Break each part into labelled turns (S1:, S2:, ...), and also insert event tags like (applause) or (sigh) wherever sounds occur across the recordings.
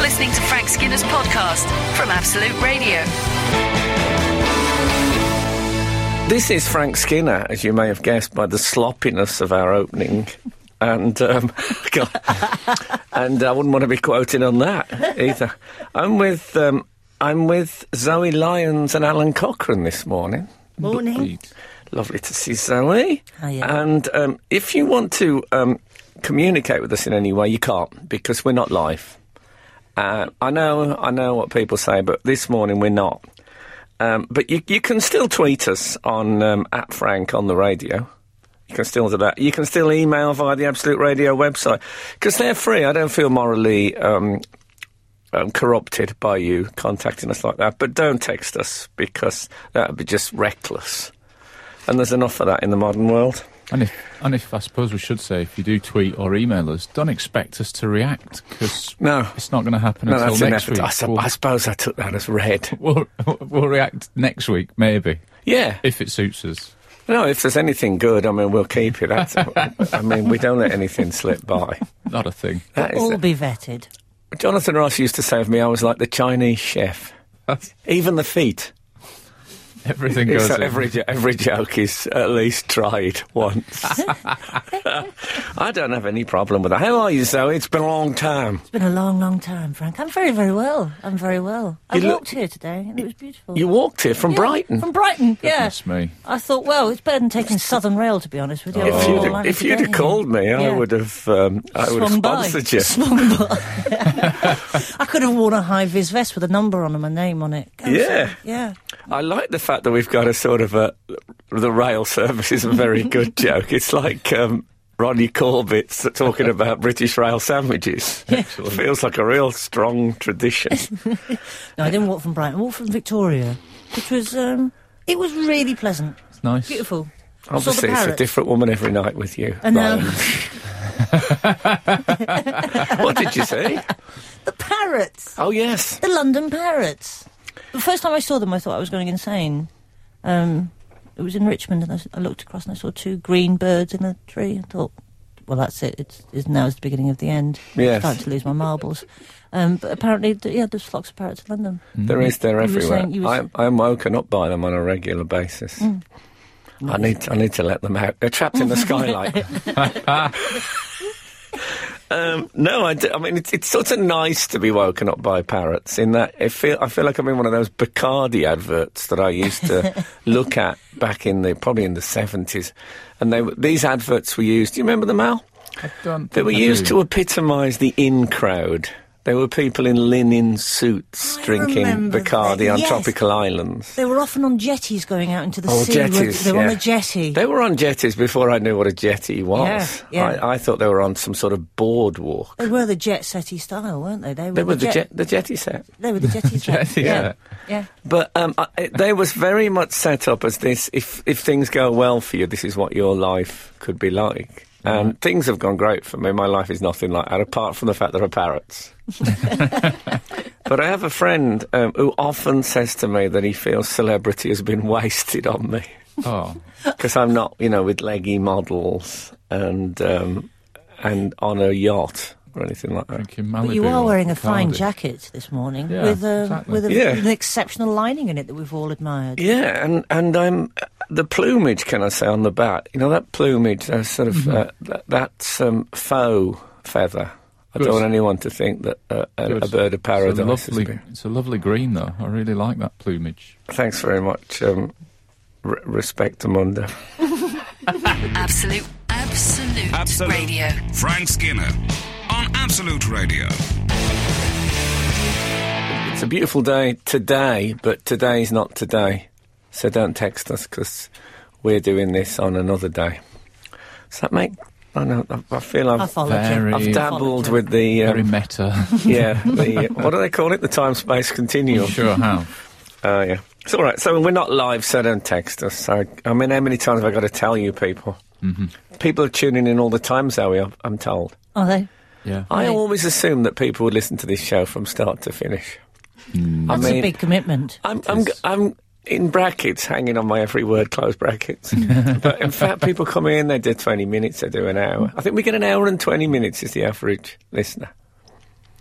S1: listening to Frank Skinner's podcast from Absolute Radio.
S2: This is Frank Skinner, as you may have guessed by the sloppiness of our opening. And um, (laughs) God, and I wouldn't want to be quoted on that either. I'm with um, I'm with Zoe Lyons and Alan Cochrane this morning.
S3: Morning.
S2: Lovely to see Zoe.
S3: Hiya.
S2: And um, if you want to um, communicate with us in any way, you can't because we're not live. Uh, I know, I know what people say, but this morning we're not. Um, but you, you can still tweet us on um, at Frank on the radio. You can still do that. You can still email via the Absolute Radio website because they're free. I don't feel morally um, um, corrupted by you contacting us like that. But don't text us because that would be just reckless. And there's enough of that in the modern world.
S4: And if, and if I suppose we should say, if you do tweet or email us, don't expect us to react because
S2: No.
S4: it's not going to happen
S2: No,
S4: until
S2: that's
S4: next
S2: inevitable. I,
S4: week.
S2: sup- I suppose I took that as
S4: (laughs)
S2: read.
S4: We'll, we'll, we'll react next week, maybe,
S2: Yeah.
S4: if it suits us.
S2: No, if there's anything good, I mean, we'll keep it. That's, I mean, we don't let anything slip by.
S4: Not
S2: (laughs)
S4: a thing.
S2: That is
S3: All be vetted.
S2: Jonathan Ross used to say of me, I was like the Chinese chef.
S4: That's-
S2: Even the feet.
S4: everything goes.
S2: So
S4: in.
S2: every, jo- every joke is at least tried
S4: (laughs)
S2: once. I don't have any problem with that. How are you, Zoe? It's been a long time.
S3: It's been a long, long time, Frank. I'm very, very well. I'm very well. I
S2: You look-
S3: walked here today and it was beautiful.
S2: You walked here from
S3: Yeah,
S2: Brighton.
S3: From Brighton, yeah.
S4: Goodness me.
S3: I thought, well, it's better than taking Southern Rail, to be honest with you.
S2: If
S3: It's
S2: you'd,
S3: more
S2: have,
S3: likely
S2: if
S3: to
S2: you'd
S3: get
S2: have called
S3: here.
S2: me, I
S3: Oh, Yeah.
S2: would have. Um, I would have
S3: Swung by.
S2: sponsored
S3: (laughs)
S2: you.
S3: Swung
S2: (laughs)
S3: by. I could have worn a high vis vest with a number on and my name on it. Go
S2: Yeah.
S3: for it. Yeah.
S2: I like the fact that we've got a sort of a the rail service is a very
S3: (laughs)
S2: good joke. It's like um, Ronnie Corbett's talking about British rail sandwiches. Feels like a real strong
S3: (laughs)
S2: tradition.
S3: No, I didn't walk from Brighton. I walked from Victoria, which was, um, it was really pleasant.
S4: It's nice.
S3: Beautiful. I saw the
S2: Obviously, it's a
S3: parrots.
S2: different woman every night with you.
S3: I know.
S2: Ryan.
S3: (laughs)
S2: what did you say?
S3: The parrots.
S2: Oh yes,
S3: The London Parrots. The first time I saw them, I thought I was going insane. Um, it was in Richmond, and I, s- I looked across and I saw two green birds in a tree. I thought, well, that's it. It's, it's now is the beginning of the end.
S2: Yes.
S3: I'm starting to lose my marbles. Um, but apparently, th- yeah, there's flocks of parrots in London.
S2: there is. They're
S3: Mm. You were
S2: everywhere.
S3: saying- you Mm. were
S2: I'm, I'm woken up by them on a regular basis. I need. I need to let them out. They're trapped in the
S3: (laughs)
S2: skylight. Um, no, I, d- I mean it's, it's sort of nice to be woken up by parrots. In that, I feel I feel like I'm in one of those Bacardi adverts that I used
S3: (laughs)
S2: to look at back in the probably in the seventies, and they were- these adverts were used. Do you remember them, Al?
S4: I don't
S2: They were
S4: think I
S2: used to
S4: do.
S2: epitomise the in crowd. There were people in linen suits
S3: I
S2: drinking
S3: remember
S2: Bacardi
S3: that,
S2: on
S3: yes.
S2: tropical islands.
S3: They were often on jetties going out into the
S2: Oh,
S3: sea.
S2: jetties,
S3: They were on
S2: yeah.
S3: a jetty.
S2: They were on jetties before I knew what a jetty was.
S3: Yeah, yeah.
S2: I, I thought they were on some sort of boardwalk.
S3: They were the jet setty style, weren't they? They were,
S2: They were the,
S3: jet-
S2: jet, the jetty set. (laughs)
S3: They were the jetty
S4: (laughs)
S3: set.
S4: Jetty set.
S3: yeah.
S2: But um, I, it- they was very much set up as this: if if things go well for you, this is what your life could be like. And things have gone great for me. My life is nothing like that, apart from the fact there are parrots. but I have a friend um, who often says to me that he feels celebrity has been (laughs) wasted on me
S4: Oh,
S2: because I'm not, you know, with leggy models and um, and on a yacht or anything like that.
S4: drinking
S3: But
S4: Malibu
S3: you are
S4: or
S3: wearing a fine
S4: Bacardi.
S3: jacket this morning
S4: Yeah,
S3: with, a,
S4: exactly.
S3: with a,
S2: Yeah.
S3: an exceptional lining in it that we've all admired.
S2: Yeah, and and I'm the plumage. Can I say on the bat? You know that plumage, that sort of
S4: Mm-hmm.
S2: uh, that, that's um, faux feather. I
S4: Good.
S2: don't want anyone to think that uh, a, a
S4: Good.
S2: bird of paradise.
S4: It's a,
S2: has
S4: lovely,
S2: been-
S4: it's a lovely green, though. I really like that plumage.
S2: Thanks very much. Um, r- respect Amunda.
S1: Absolute, absolute,
S5: Absolute.
S1: radio.
S5: Frank Skinner on Absolute Radio.
S2: It's a beautiful day today, but today's not today. So don't text us because we're doing this on another day. Does that make? I know. I, I feel
S3: I
S2: I've,
S3: followed
S4: Very-
S3: you.
S2: I've
S4: I
S2: dabbled
S3: followed you.
S2: with the
S4: Very
S2: um,
S4: meta. (laughs)
S2: yeah. The, what do they call it? The time space continuum.
S4: sure
S2: (laughs)
S4: how.
S2: Oh, yeah. It's all right. So we're not live, so don't text us. So, I mean, how many times have I got to tell you people? Mm-hmm. People are tuning in all the time, Zoe, I'm- I'm told.
S3: Are they?
S4: Yeah.
S2: I
S3: Right.
S2: always assume that people would listen to this show from start to finish.
S4: Mm.
S2: I
S3: That's
S2: mean,
S3: a big commitment.
S2: I'm, I'm,
S4: is.
S2: I'm in brackets, hanging on my every word, close
S4: (laughs)
S2: brackets. but in fact, people come in, they do 20 minutes, they do an hour. I think we get an hour and 20 minutes is the average listener.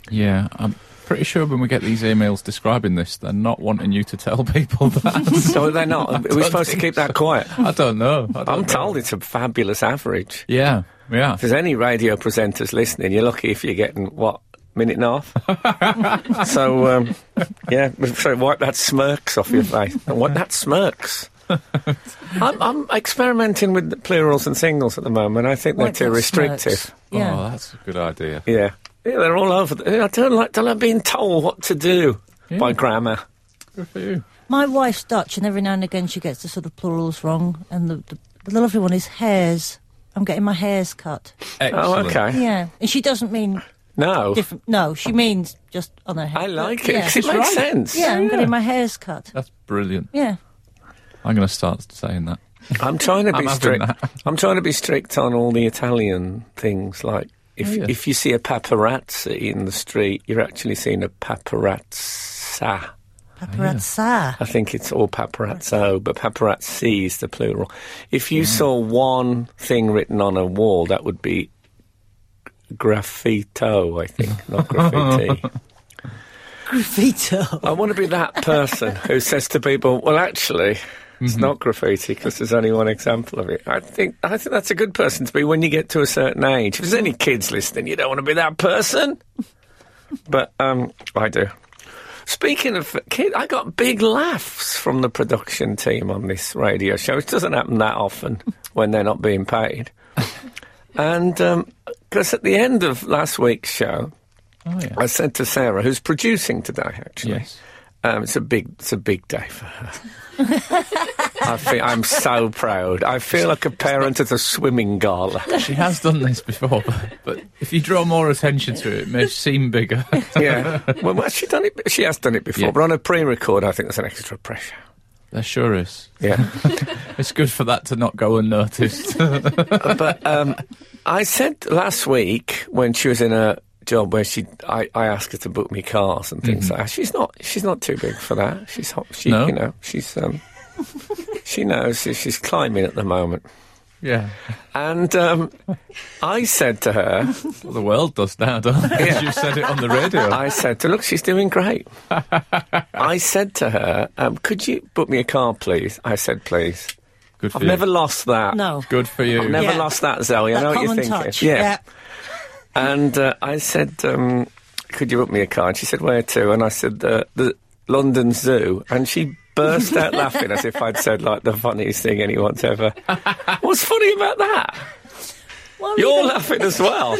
S4: Yeah, um, Pretty sure when we get these emails describing this, they're not wanting you to tell (laughs) people that.
S2: So they're not. Are we
S4: (laughs) don't
S2: supposed to keep
S4: think
S2: that quiet?
S4: I don't know. I don't
S2: I'm
S4: know.
S2: told it's a fabulous average.
S4: Yeah,
S2: (laughs)
S4: yeah. Oh,
S2: If there's any radio presenters listening, you're lucky if you're getting what minute and a half. so um, yeah, so wipe that smirks off your face. And What that smirks. I'm, I'm experimenting with the plurals and singles at the moment. I think they're
S3: Like
S2: too
S3: that
S2: restrictive.
S3: smokes. Yeah.
S4: Oh, that's a good idea.
S2: Yeah. Yeah, they're all over. The, I don't like, don't like being told what to do
S4: Yeah.
S2: by grammar.
S4: Good for you.
S3: My wife's Dutch, and every now and again she gets the sort of plurals wrong, and the, the, the lovely one is hairs. I'm getting my
S2: (laughs)
S3: hairs cut.
S2: Oh,
S4: Excellent.
S2: okay.
S3: Yeah, and she doesn't mean
S2: No.
S3: different. No, she means just on her hair.
S2: I like it (laughs)
S3: Yeah.
S2: 'cause it makes sense.
S3: Yeah, I'm
S4: Yeah.
S3: getting my hairs cut.
S4: That's brilliant.
S3: Yeah.
S4: I'm going to start saying that.
S2: I'm trying to be
S4: I'm having
S2: strict.
S4: that. (laughs)
S2: I'm trying to be strict on all the Italian things. Like if
S4: Oh, yeah.
S2: if you see a paparazzi in the street, you're actually seeing a paparazza.
S3: Paparazza.
S2: I think it's all paparazzo, but paparazzi is the plural. If
S4: Mm.
S2: you saw one thing written on a wall, that would be graffito. I think not
S4: (laughs)
S2: graffiti.
S3: Graffito.
S2: I want to be that person who says to people, "Well, actually, it's not graffiti because there's only one example of it." I think I think that's a good person to be when you get to a certain age. If there's any kids listening, you don't want to be that person, but um, I do. Speaking of kid, I got big laughs from the production team on this radio show, which doesn't happen that often when they're not being paid. and because at the end of last week's show,
S4: Oh, yeah.
S2: I said to Sarah, who's producing today, actually.
S4: Yes.
S2: Um, it's a big, it's a big day for her. I feel, I'm so proud. I feel like a parent at a swimming gala.
S4: She has done this before, but if you draw more attention to it, it may seem bigger. (laughs)
S2: Yeah. Well, well, she done it. She has done it before,
S4: Yeah.
S2: but on a pre-record, I think there's an extra pressure.
S4: there sure is.
S2: Yeah.
S4: It's good for that to not go unnoticed. (laughs)
S2: but um, I said last week when she was in a job where she, I, I asked her to book me cars and things like that. She's not, she's not too big for that. She's, hot- she,
S4: Mm-hmm. No?
S2: you know, she's, um, she knows she- she's climbing at the moment.
S4: yeah.
S2: And um, I said to her,
S4: Well, the world does now, doesn't it?
S2: Yeah.
S4: You said it on the radio.
S2: I said to her, look, she's doing great. I said to her, um, could you book me a car, please? I said, please.
S4: Good for
S2: I've
S4: you.
S2: never lost that.
S3: No.
S4: Good for you.
S2: I've never
S3: Yeah.
S2: lost that, Zoe. I
S3: That
S2: know what you're
S3: common
S2: thinking.
S3: touch.
S2: Yeah.
S3: Yeah.
S2: And uh, I said, um, could you book me a car? And she said, where to? And I said, the, the London Zoo. And she burst out laughing as if I'd said, like, the funniest thing anyone's ever. What's funny about that?
S3: Why were you
S2: You're
S3: doing-
S2: laughing as well.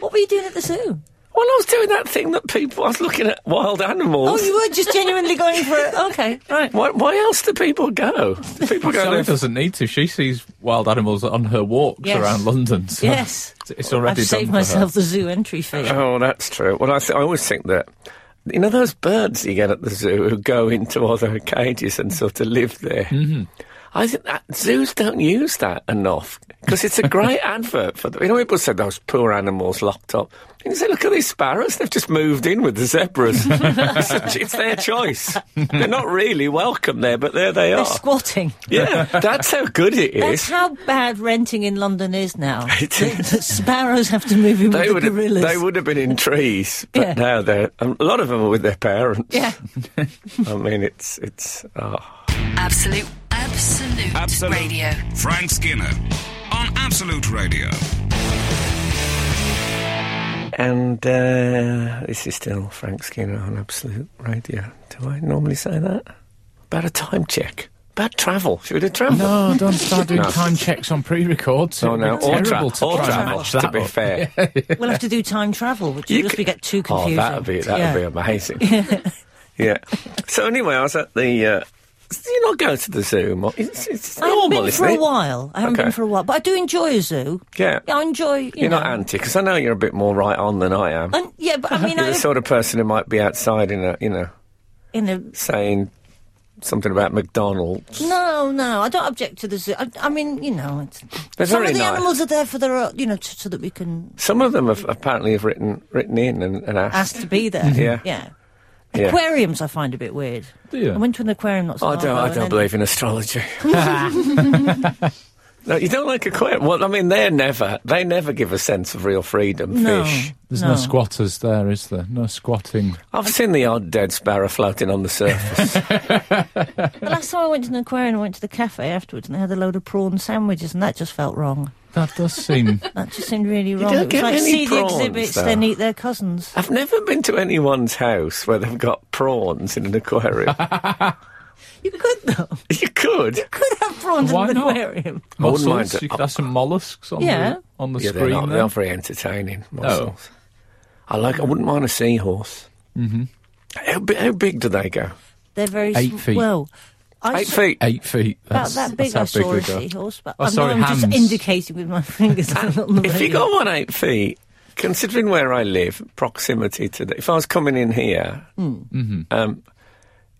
S3: What were you doing at the zoo?
S2: (laughs) Well, I was doing that thing that people. I was looking at wild
S3: Oh,
S2: animals.
S3: you were just genuinely going for it. Okay, right.
S2: (laughs) why, why else do people go? Do people go
S4: Sally
S2: there?
S4: doesn't need to. She sees wild animals on her walks
S3: Yes.
S4: around London. So
S3: Yes.
S4: it's- It's already
S3: I've
S4: done
S3: saved
S4: for her.
S3: myself the zoo entry fee.
S2: Oh, that's true. Well, I, th- I always think that. You know those birds you get at the zoo who go into other cages and sort of live there. Mm-hmm. I think that zoos don't use that enough because it's a great (laughs) advert for them. You know, people said those poor animals locked up. And you say, look at these sparrows; they've just moved in with the zebras. (laughs) it's, a ch- it's their choice. They're not really welcome there, but there they
S3: They're
S2: are.
S3: squatting.
S2: Yeah, that's how good it
S3: That's
S2: is.
S3: how bad renting in London is now.
S2: (laughs) It
S3: The-
S2: is.
S3: the sparrows have to move in
S2: They
S3: with
S2: would,
S3: the
S2: have,
S3: gorillas.
S2: they would have been in trees, but
S3: Yeah.
S2: now they're a lot of them are with their parents. (laughs)
S3: Yeah.
S2: I mean, it's it's. ah.
S1: Absolute, absolute,
S5: Absolute.
S1: radio.
S5: Frank Skinner on Absolute Radio.
S2: And uh, this is still Frank Skinner on Absolute Radio. Do I normally say that about a time check? About travel? Should we do travel?
S4: No, Oh,
S3: (laughs)
S4: don't start doing
S2: No.
S4: time checks on pre-records.
S2: No,
S4: It'd
S2: no,
S4: be
S2: or, tra-
S4: terrible to
S2: or
S4: try and
S2: travel,
S4: match
S2: to
S4: that
S2: be
S4: up.
S2: fair.
S3: We'll have to do time travel, which
S2: You
S3: will just
S2: could-
S3: be get too
S2: Oh,
S3: confusing.
S2: that'd be that'd
S3: (laughs)
S2: be
S3: Yeah.
S2: amazing. Yeah. So anyway, I was at the. Uh, do you not go to the zoo? Mo- It's, it's
S3: I haven't
S2: normal,
S3: been
S2: isn't
S3: for a
S2: it?
S3: while. I haven't
S2: Okay.
S3: been for a while, but I do enjoy a zoo.
S2: Yeah.
S3: I enjoy. You
S2: You're
S3: know.
S2: not anti because I know you're a bit more right on than I am.
S3: And-
S2: (laughs)
S3: yeah, but I mean,
S2: you're
S3: I,
S2: the sort of person who might be outside in a, you know,
S3: in a,
S2: saying something about McDonald's.
S3: no, no, I don't object to the zoo. I, I mean, you know, it's,
S2: They're
S3: some
S2: very
S3: of the
S2: nice.
S3: animals are there for their, own- you know, t- so that we can
S2: Some of them have apparently have written written in and, and asked.
S3: ask to be there.
S2: (laughs) Yeah.
S3: yeah.
S2: Yeah. Oh,
S3: Aquariums, I find a bit weird.
S4: Do you?
S3: I went to an aquarium not so
S2: I
S3: long
S2: don't.
S3: ago (laughs)
S2: I
S3: and
S2: don't
S3: then-
S2: believe in astrology. No, you don't like aquarium. Well, I mean, they're never. They never give a sense of real freedom.
S3: No.
S2: Fish.
S4: There's no. squatters there, is there? No squatting.
S2: I've seen the odd dead sparrow floating on the
S3: (laughs)
S2: surface.
S3: The last time I went to an aquarium, I went to the cafe afterwards, and they had a load of prawn sandwiches, and that just felt wrong.
S4: That
S2: (laughs)
S4: does seem.
S3: That just seemed really wrong.
S2: don't
S3: it was
S2: get
S3: like
S2: many
S3: see
S2: prawns,
S3: the exhibits,
S2: though.
S3: then eat
S2: (laughs)
S3: their cousins.
S2: I've never been to anyone's house where they've got prawns in an
S3: (laughs)
S2: aquarium.
S3: You could though.
S2: you could.
S3: (laughs) Could have prawns
S4: Why
S3: in an
S4: not?
S3: aquarium.
S2: wouldn't mind
S4: mussels.
S2: it.
S4: You could have some mollusks on
S3: Yeah.
S4: the on the
S2: Yeah, they're
S4: screen.
S2: not,
S4: there.
S2: they're not very entertaining. Mussels. I like. I wouldn't mind a seahorse. Mm-hmm. How, bi- how big do they go?
S3: They're very
S4: Eight
S3: sm-
S4: feet.
S3: Well, I
S2: Eight
S3: saw-
S2: feet.
S4: Eight feet.
S3: About
S4: That's,
S3: that big, I
S4: that's how
S3: saw a
S4: big they go.
S3: seahorse, but
S4: Oh,
S3: I'm,
S4: sorry,
S3: I'm just
S4: hands.
S3: indicating with my (laughs) fingers. I'm not on the
S2: If you
S3: radio.
S2: got one eight feet, considering where I live, proximity to the, if I was coming in here, um,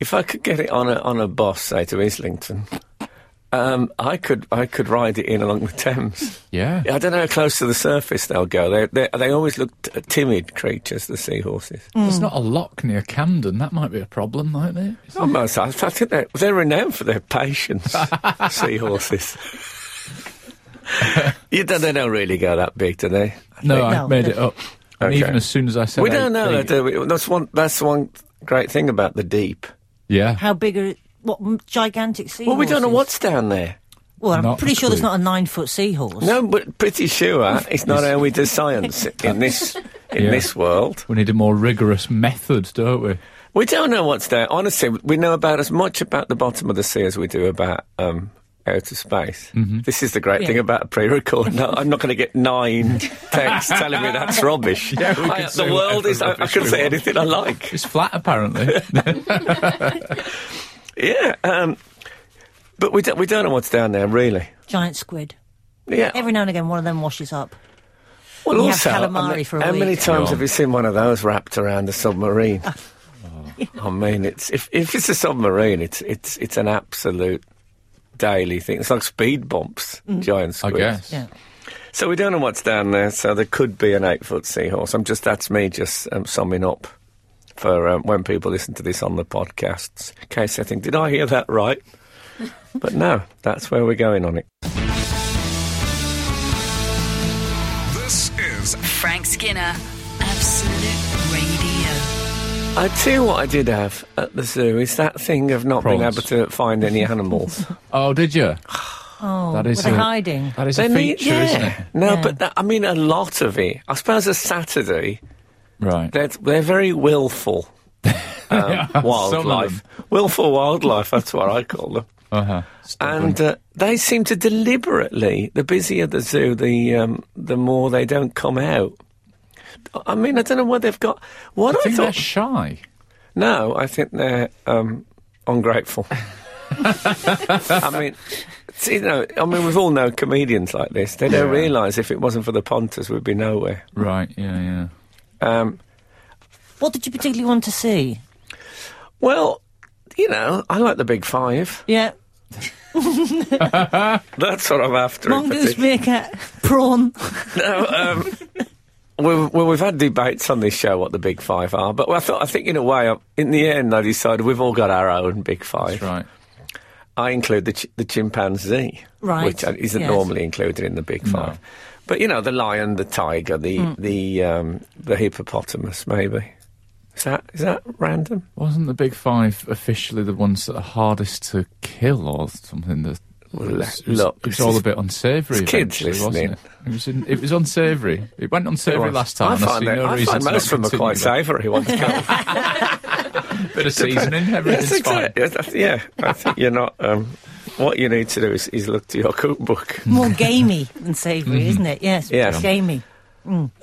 S2: if I could get it on a on a bus, say to Islington, um, I could I could ride it in along the Thames.
S4: Yeah.
S2: I don't know how close to the surface they'll go. They they they always look t- timid creatures, the seahorses.
S3: Hmm.
S4: There's not a lock near Camden. That might be a problem, might it?
S2: Almost, I think they're, they're renowned for their
S4: (laughs)
S2: patience, seahorses. you don't, they don't really go that big, do they?
S4: No, I
S3: No,
S4: made it
S3: definitely.
S4: up. And
S2: Okay.
S4: even as soon as I said
S2: we don't
S4: eight
S2: know. uh,
S4: feet-
S2: do we? That's one. That's one great thing about the deep.
S4: yeah.
S3: how big are what m- gigantic seahorses?
S2: Well, we don't know what's down there.
S3: Well, I'm
S4: Not a
S3: pretty sure there's
S4: clue.
S3: not a nine foot seahorse.
S2: No, but pretty
S4: (laughs)
S2: sure it's not how we do science in this in
S4: Yeah.
S2: this world.
S4: We need a more rigorous method, don't we?
S2: We don't know what's there. Honestly, we know about as much about the bottom of the sea as we do about um, outer space.
S4: Mm-hmm.
S2: This is the great
S3: Yeah.
S2: thing about a pre-record. No, I'm not going to get
S4: (laughs)
S2: nine texts telling me that's rubbish.
S4: Yeah, we
S2: I-
S4: can say
S2: the world
S4: whatever
S2: is. I, I
S4: rubbish
S2: can
S4: we
S2: say
S4: want.
S2: anything I like.
S4: It's flat,
S2: (laughs)
S4: apparently.
S2: Yeah, um, but we don't, we don't know what's down there really.
S3: Giant squid.
S2: Yeah.
S3: Every now and again, one of them washes up.
S2: well,
S3: you have
S2: I
S3: calamari
S2: mean,
S3: for a
S2: how many
S3: week.
S2: times
S4: Yeah.
S2: have you seen one of those wrapped around a
S3: (laughs)
S2: submarine?
S3: Oh.
S2: I mean, it's if, if it's a submarine, it's it's it's an absolute daily thing. It's like speed bumps,
S3: Mm.
S2: giant
S4: I
S2: squids.
S4: guess.
S3: Yeah.
S2: So we don't know what's down there. So there could be an eight-foot seahorse. I'm just that's me just um, summing up for um, when people listen to this on the podcasts. In case they think, did I hear that right?
S3: (laughs)
S2: but no, that's where we're going on it.
S5: This is
S1: Frank Skinner, Absolute Radio.
S2: I tell you what I did have at the zoo is that thing of not being
S4: Prawns.
S2: able to find
S4: (laughs)
S2: any animals.
S4: Oh, did you?
S3: Oh,
S4: That is
S3: were they
S4: a-
S3: hiding?
S4: That is
S2: They
S4: a
S2: need-
S4: feature,
S2: yeah.
S4: isn't it?
S2: No,
S3: Yeah.
S2: but that, I mean a lot of it. I suppose a Saturday
S4: Right.
S2: they're they're very
S4: (laughs)
S2: willful um,
S4: Some of
S2: wildlife. Willful wildlife. That's what I call
S4: (laughs)
S2: them.
S4: Uh-huh.
S2: And uh, they seem to deliberately. The busier the zoo, the um, the more they don't come out. I mean, I don't know what they've got. What
S4: I think
S2: I
S4: they're
S2: thought.
S4: shy.
S2: No, I think they're um,
S4: (laughs)
S2: ungrateful. I mean, it's, you know, I mean, we've all known comedians like this. They don't
S4: Yeah.
S2: realise if it wasn't for the punters, we'd be nowhere.
S4: Right, yeah, yeah.
S2: Um,
S3: What did you particularly want to see?
S2: well, you know, I like the Big Five.
S3: Yeah,
S2: That's what I'm after. in
S3: mongoose,
S2: particular.
S3: meerkat, prawn.
S2: No, um, we've, well, we've had debates on this show what the Big Five are, but I thought I think in a way, uh, in the end, I decided we've all got our own Big Five.
S4: That's right.
S2: I include the, ch- the chimpanzee,
S3: Right,
S2: which uh, isn't
S3: yes.
S2: normally included in the big five. But you know, the lion, the tiger, the
S3: Mm.
S2: the um, the hippopotamus, maybe. Is that is that random?
S4: Wasn't the big five officially the ones that are hardest to kill or something? That
S2: Well,
S4: it
S2: le-
S4: was- it was-
S2: look,
S4: it was
S2: this
S4: all
S2: is-
S4: a bit unsavoury.
S2: it's kids
S4: eventually, wasn't
S2: listening.
S4: it? It was, in, it was unsavoury. It went unsavoury last time.
S2: I
S4: and I
S2: find,
S4: see
S2: that,
S4: no
S2: I
S4: reason
S2: find
S4: to not
S2: most of them are
S4: continue
S2: quite
S4: that.
S2: savoury.
S4: (laughs)
S2: ones, can't (laughs) they?
S4: Bit
S2: (laughs)
S4: of seasoning, everything's
S2: Yes,
S4: fine.
S2: exactly. Yes, Yeah, I think you're not. Um, what you need to do is, is look to your
S4: Mm.
S2: cookbook. (laughs)
S3: More gamey than savoury, isn't it? Yes,
S2: Mm-hmm. Yes.
S3: gamey.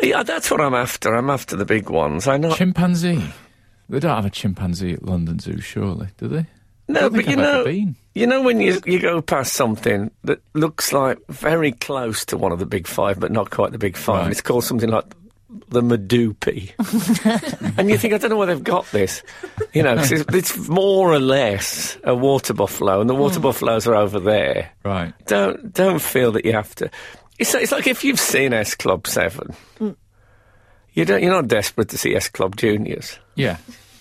S2: yeah, that's what I'm after. I'm after the big ones. I know.
S4: Chimpanzee. They don't have a chimpanzee at London Zoo, surely, do they?
S2: No,
S4: don't
S2: but
S4: think
S2: you
S4: I've ever
S2: know,
S4: been.
S2: you know when you you go past something that looks like very close to one of the big five, but not quite the big five.
S4: Right.
S2: It's called something like the Madoopy, and you think I don't know where they've got this. You know, 'cause it's, it's more or less a water buffalo, and the water buffaloes are over there.
S4: Right.
S2: Don't don't feel that you have to. It's it's like if you've seen S Club Seven, you don't you're not desperate to see S Club Juniors.
S4: Yeah.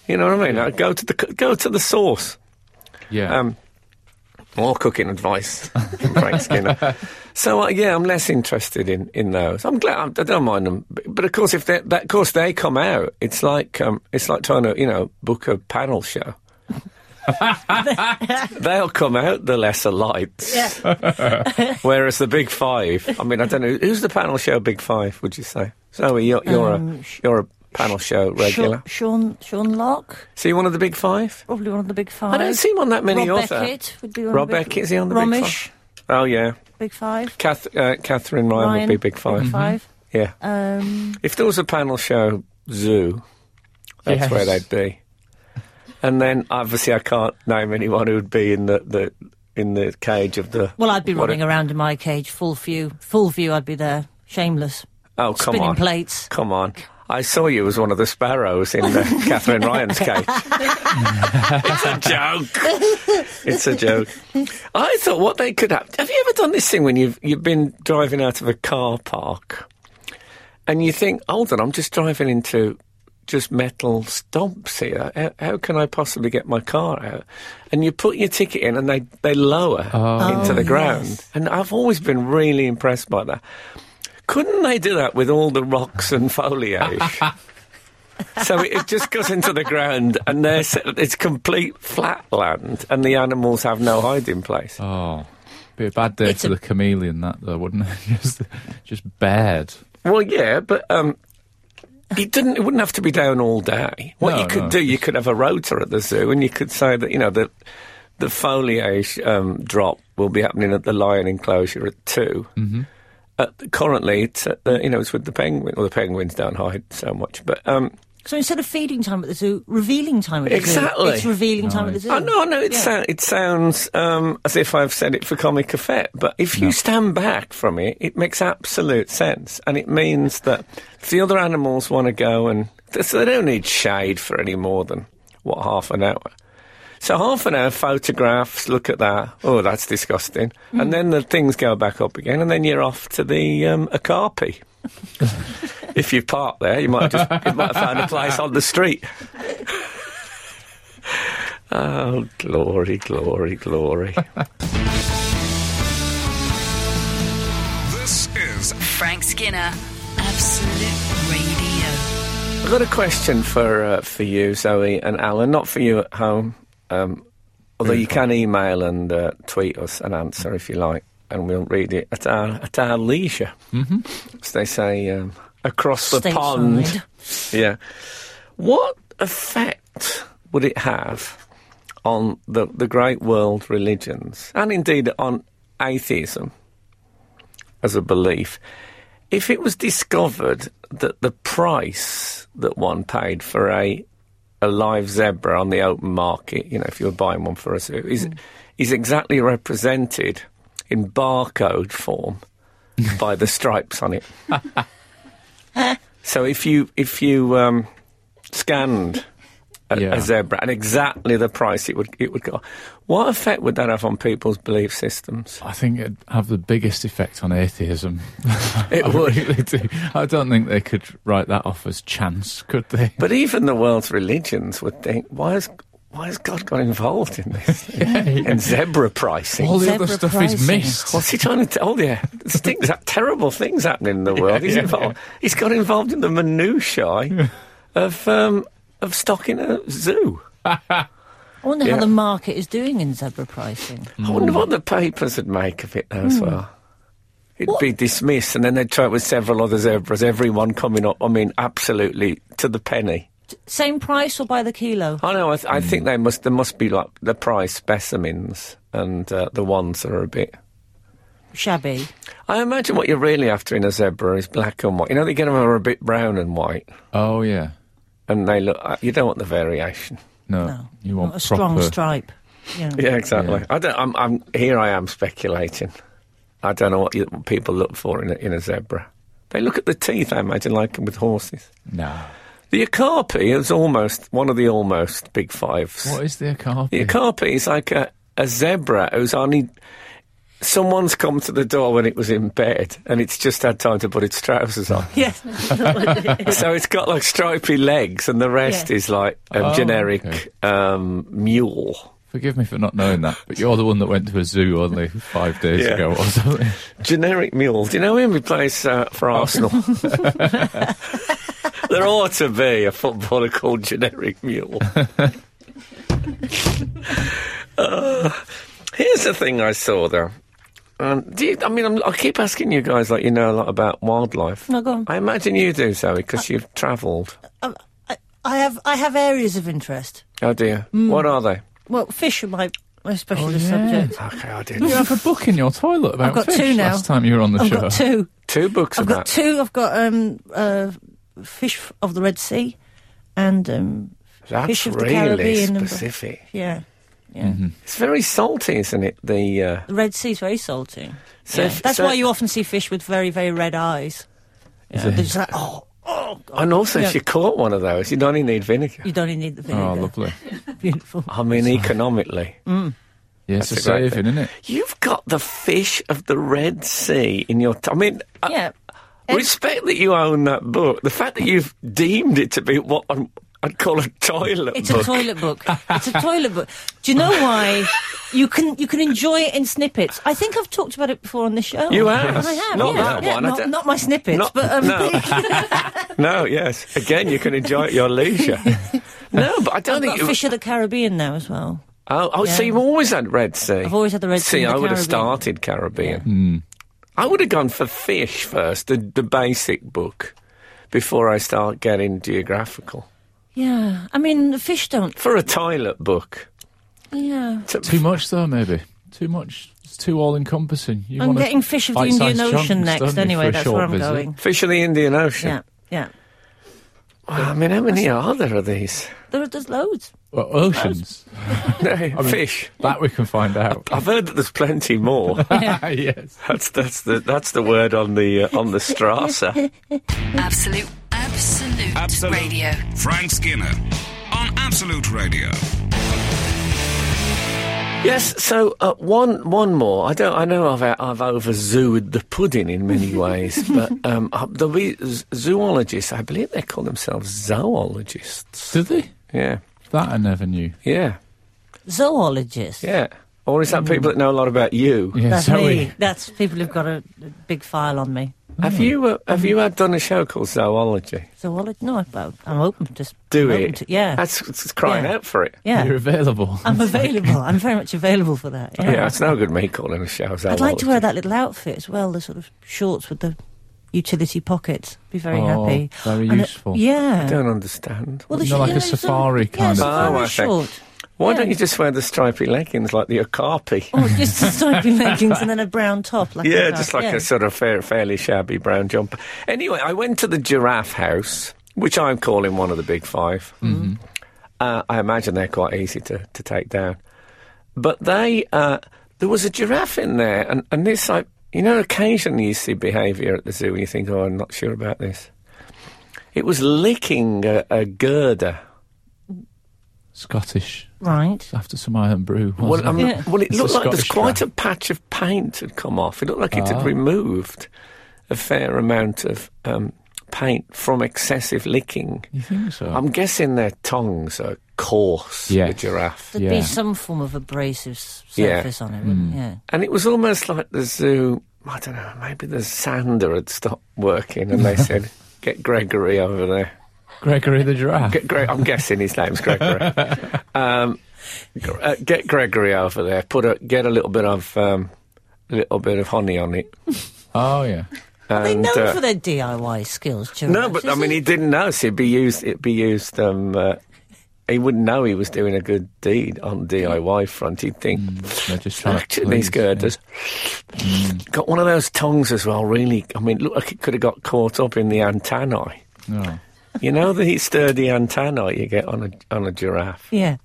S2: You know what I mean? Like, Go to the c- go to the source.
S4: Yeah.
S3: (laughs)
S2: Um, more cooking advice from Frank Skinner. So uh, yeah, I'm less interested in, in those. I'm glad I don't mind them, but, but of course, if they, that of course they come out, it's like um, it's like trying to you know book a panel
S3: (laughs)
S2: show. They'll come out the lesser lights,
S3: Yeah.
S2: whereas the big five. I mean, I don't know who's the panel show big five. Would you say Zoe? You're you're
S3: Um,
S2: a
S3: sh-
S2: you're a panel show regular.
S3: Sean, Sean Sean Locke,
S2: See one of the big five?
S3: probably one of the big five.
S2: I don't see him on that many.
S3: Rob
S2: author.
S3: Beckett would be one
S2: Rob
S3: of the big,
S2: Beckett, is he on the big
S3: Romish,
S2: Oh yeah,
S3: big five.
S2: Kath, uh, Catherine Ryan,
S3: Ryan, Mm-hmm.
S2: would be big 5
S3: Big 5
S2: Yeah,
S3: Um,
S2: if there was a panel show zoo, that's
S4: Yes.
S2: where they'd be. And then obviously I can't name anyone who'd be in the, the in the cage of the.
S3: well, I'd be
S2: what
S3: running
S2: it-
S3: around in my cage, full view, full view. I'd be there, shameless,
S2: Oh come
S3: spinning
S2: on!
S3: plates.
S2: Come on! I saw you as one of the sparrows in
S3: (laughs)
S2: uh, Catherine Ryan's cage. it's a joke. It's a joke. I thought what they could have. Have you ever done this thing when you've you've been driving out of a car park, and you think, "Hold on, I'm just driving into just metal stumps here. How, how can I possibly get my car out?" And you put your ticket in, and they they lower into the ground. And I've always been really impressed by that. Couldn't they do that with all the rocks and foliage? so it, it just goes into the ground, and there's it's complete flat land, and the animals have no hiding place.
S4: Oh, be a bad day
S3: It's
S4: for
S3: a-
S4: the chameleon, that though, wouldn't it? (laughs) just, just bared.
S2: Well, yeah, but um, it didn't. It wouldn't have to be down all day. What
S4: No,
S2: you could
S4: no.
S2: do, you could have a rotor at the zoo, and you could say that you know the the foliage um, drop will be happening at the lion enclosure at 2 Mm-hmm. currently, it's at the, you know it's with the penguin. Well, the penguins don't hide so much, but um,
S3: So instead of feeding time at the zoo, revealing time at the zoo.
S2: Exactly.
S3: It's revealing time at the zoo.
S2: I know, I know. It,
S3: Mm. Yeah.
S2: sound, it sounds um, as if I've said it for comic effect, but if you stand back from it, it makes absolute sense, and it means that if the other animals want to go and so they don't need shade for any more than what half an hour. So half an hour photographs, look at that. Oh, that's disgusting. And then the things go back up again, and then you're off to the um, Akapi. if you park there, you might have just you might have found a place on the street. Oh, glory, glory, glory.
S5: This is
S1: Frank Skinner, Absolute Radio.
S2: I've got a question for uh, for you, Zoe and Alan. Not for you at home, um, although you can email and uh, tweet us an answer if you like, and we'll read it at our at our leisure, mm-hmm. as they say um, across the
S3: Stateside.
S2: pond. Yeah. What effect would it have on the the great world religions, and indeed on atheism as a belief? if it was discovered that the price that one paid for a a live zebra on the open market, you know, if you were buying one for a zoo, is is exactly represented in barcode form by the stripes on it. so if you if you um, scanned a,
S4: Yeah.
S2: a zebra and exactly the price it would it would go, what effect would that have on people's belief systems?
S4: I think it'd have the biggest effect on atheism.
S2: It
S4: (laughs) I
S2: would.
S4: really do. I don't think they could write that off as chance, could they?
S2: But even the world's religions would think, why is why has God got involved in
S4: (laughs)
S2: this? And zebra pricing.
S4: All the other
S3: Zebra
S4: stuff
S3: pricing.
S4: is missed.
S2: What's he trying to tell you? There's things, that terrible things happening in the world. He's,
S4: yeah,
S2: involved, he's got involved in the minutiae of, um, of stocking a zoo.
S3: I wonder
S2: Yeah.
S3: how the market is doing in zebra pricing.
S2: I
S4: Mm.
S2: wonder what the papers would make of it though,
S4: Hmm.
S2: as well. It'd be dismissed, and then they'd try it with several other zebras, everyone coming up, I mean, absolutely to the penny.
S3: Same price or by the kilo?
S2: I know. I, th- I think they must. There must be like the prize specimens and uh, the ones that are a bit.
S3: Shabby.
S2: I imagine what you're really after in a zebra is black and white. You know, they get them are a bit brown and white,
S4: Oh, yeah.
S2: and they look. Uh, you don't want the variation. (laughs)
S4: No.
S3: No.
S4: Uh, You want
S3: Not a strong
S4: proper...
S3: stripe. Yeah.
S2: Yeah, exactly.
S4: (laughs) Yeah.
S2: I don't. I'm, I'm here. I am speculating. I don't know what, you, what people look for in a, in a zebra. They look at the teeth. I imagine like with horses.
S4: No.
S2: The Akapi is almost one of the almost big fives.
S4: What is the carpet?
S2: The Akapi is like a, a zebra who's only. Someone's come to the door when it was in bed and it's just had time to put its trousers on.
S3: Yes.
S2: so it's got like stripy legs and the rest
S3: Yeah.
S2: is like a
S4: Oh,
S2: generic
S4: okay.
S2: um, mule.
S4: Forgive me for not knowing that, but you're the one that went to a zoo only five days
S2: Yeah.
S4: ago or something.
S2: Generic Mule. Do you know him? He plays uh, for
S3: Oh. (laughs)
S2: Arsenal. (laughs) there ought to be a footballer called Generic
S3: (laughs)
S2: Mule. Uh, here's the thing I saw, though. Um, do you, I mean, I'm, I keep asking you guys, like, you know a lot about wildlife.
S3: No, go on.
S2: I imagine you do, Zoe, because you've travelled.
S3: Um, I, I have I have areas of interest.
S2: Oh, dear.
S3: Mm.
S2: What are they?
S3: Well, fish are my my specialist
S4: Oh, yeah.
S3: subject.
S2: Okay, I
S4: (laughs) You
S2: did.
S4: have a book in your toilet about
S3: I've got
S4: fish
S3: two now.
S4: last time you were on the
S3: I've
S4: show. Oh,
S3: got two.
S2: Two books
S3: I've
S2: about.
S3: got two. I've got um uh fish f- of the Red Sea, and um
S2: That's
S3: fish of the
S2: really
S3: Caribbean and-
S2: specific.
S3: yeah. Yeah,
S4: Mm-hmm.
S2: It's very salty, isn't it? The uh,
S3: the Red Sea's very salty.
S2: So
S3: Yeah.
S2: if-
S3: That's
S2: so-
S3: why you often see fish with very, very red eyes. Yeah, they're just like, oh, oh, God.
S2: And also,
S3: Yeah.
S2: if you caught one of those, you'd only need vinegar.
S3: You don't even need the vinegar.
S4: Oh, lovely.
S3: Beautiful.
S2: I
S3: (laughs)
S2: mean, economically.
S4: Yeah,
S2: That's
S4: it's a
S2: a great
S4: saving, isn't it?
S2: You've got the fish of the Red Sea in your. T- I mean, I-
S3: Yeah.
S2: respect that you own that book. The fact that you've deemed it to be what I'm, I'd call a toilet
S3: It's
S2: book.
S3: a
S2: (laughs)
S3: toilet book. it's a toilet book. Do you know why? You can you can enjoy it in snippets. I think I've talked about it before on the show.
S2: You have.
S3: I have.
S2: Not
S3: yeah.
S2: that
S3: Yeah,
S2: one. I
S3: Not,
S2: don't-
S3: not my snippets,
S2: Not-
S3: but um, (laughs)
S2: no. no, yes. Again, you can enjoy it at your
S3: (laughs)
S2: leisure. no, but I don't
S3: I've
S2: think.
S3: got
S2: you-
S3: Fish of the Caribbean now as well.
S2: Oh, oh so
S3: Yeah.
S2: you've always had Red Sea.
S3: I've always had the Red Sea
S2: See,
S3: and
S2: I
S3: the
S2: would have
S3: Caribbean.
S2: started Caribbean. I would have gone for fish first, the, the basic book, before I start getting geographical.
S3: Yeah, I mean the fish don't.
S2: For a toilet book.
S3: Yeah,
S2: It's a-
S4: Too much, though, maybe. Too much. It's too all encompassing. You
S3: I'm
S4: want
S3: getting fish of the Indian Ocean next. Anyway, that's where I'm going.
S2: Fish of the Indian Ocean.
S3: Yeah, yeah.
S2: Wow, I mean, how many are there of these?
S3: There are there's loads.
S4: Well, oceans.
S2: No, (laughs) fish.
S4: That we can
S3: (laughs)
S4: find out. (laughs)
S2: I've heard that there's plenty more. (laughs)
S4: yes.
S2: that's that's the that's the word on the uh,
S3: (laughs)
S2: on the Strasser.
S1: Absolute, absolute,
S5: Absolute.
S1: radio.
S5: Frank Skinner on Absolute Radio.
S2: yes. So uh, one one more. I don't. I know I've I've over zooed the pudding in many ways, but um, uh, there'll be z- zoologists. I believe they call themselves zoologists.
S4: Did they?
S2: Yeah.
S4: That I never knew.
S2: Yeah.
S3: Zoologists.
S2: Yeah. Or is that people that know a lot about you?
S4: Yeah,
S3: That's
S4: Zoe.
S3: me. That's people who've got a, a big file on me.
S2: Have you uh, have you had done a show called Zoology?
S3: Zoolog No, but I'm open to. s-
S2: Do
S3: I'm open
S2: it.
S3: to- yeah.
S2: That's it's crying
S3: Yeah.
S2: out for it.
S3: yeah.
S4: You're available.
S3: I'm available. I'm very much available for that. Yeah.
S2: Yeah, it's no good me calling a show.
S3: I'd
S2: Zoology.
S3: like to wear that little outfit as well, the sort of shorts with the utility pockets. Be very
S4: Oh,
S3: happy.
S4: very
S3: And a-
S4: useful.
S2: I
S3: yeah.
S2: don't understand.
S3: Well, the
S4: You
S3: sh-
S4: know, like a
S3: some-
S4: safari
S3: yeah,
S4: kind of-
S2: Oh,
S3: safari
S2: I see.
S3: short.
S2: Why
S3: yeah.
S2: don't you just wear the stripy leggings like the okapi?
S4: (laughs)
S3: Or Oh, just a stripy leggings and then a brown top. Like
S2: Yeah,
S3: a
S2: just
S3: guy.
S2: like a sort of fair, fairly shabby brown jumper. Anyway, I went to the giraffe house, which I'm calling one of the big 5
S3: Mm-hmm.
S2: Uh, I imagine they're quite easy to, to take down. But they, uh, there was a giraffe in there, and, and this, like, you know, occasionally you see behaviour at the zoo and you think, oh, I'm not sure about this. It was licking a, a girder.
S4: Scottish.
S3: Right.
S4: After some iron brew.
S2: Well,
S4: wasn't
S2: I'm
S4: it?
S2: not-
S3: Yeah.
S2: well, it
S4: It's a
S2: looked like there's
S4: Scottish
S2: quite a
S4: giraffe.
S2: patch of paint had come off. It looked like it
S4: Ah.
S2: had removed a fair amount of um, paint from excessive licking.
S4: You think so?
S2: I'm guessing their tongues are coarse, the
S4: Oh. Yes.
S2: giraffe.
S3: There'd
S4: Yeah. Mm.
S3: be some form of abrasive s-
S2: Yeah.
S3: surface on it, wouldn't yeah.
S2: And it was almost like the zoo, I don't know, maybe the sander had stopped working
S4: (laughs)
S2: and they said, get Gregory over there.
S4: Gregory the giraffe.
S2: Get Gre- I'm guessing his name's
S4: (laughs)
S2: Gregory. um, gr- uh, get Gregory over there. Put a get a little bit of um, a little bit of honey on it.
S4: oh yeah.
S3: They
S2: And,
S3: know
S2: uh,
S3: for their DIY skills, giraffes,
S2: no, but I
S3: isn't
S2: mean,
S3: it?
S2: he didn't know. So it'd be used. It'd be used. Um, uh, he wouldn't know he was doing a good deed on DIY front. He'd think.
S3: Mm.
S4: They're just trying
S2: (laughs)
S4: to
S2: Actually, these
S4: please, yeah.
S2: girders
S3: Mm.
S2: got one of those tongues as well. Really, I mean, look like it could have got caught up in the antennae.
S4: No.
S2: You know the sturdy antennae you get on a on a giraffe.
S3: Yeah.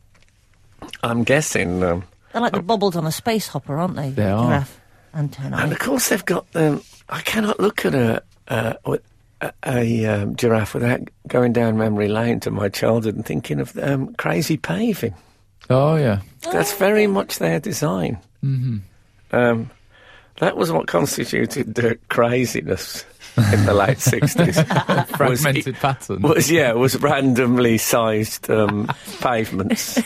S2: I'm guessing um,
S3: They're like the bubbles on a space hopper, aren't they?
S4: They are.
S3: Giraffe antennae.
S2: And of course, they've got them. I cannot look at a uh, with a, a um, giraffe without going down memory lane to my childhood and thinking of um, crazy paving.
S4: Oh yeah.
S2: That's very much their design. Mm-hmm. Um, that was what constituted the craziness in the late
S4: (laughs)
S2: sixties. (laughs)
S4: Fragmented pattern.
S2: Was yeah, was randomly sized um, pavements.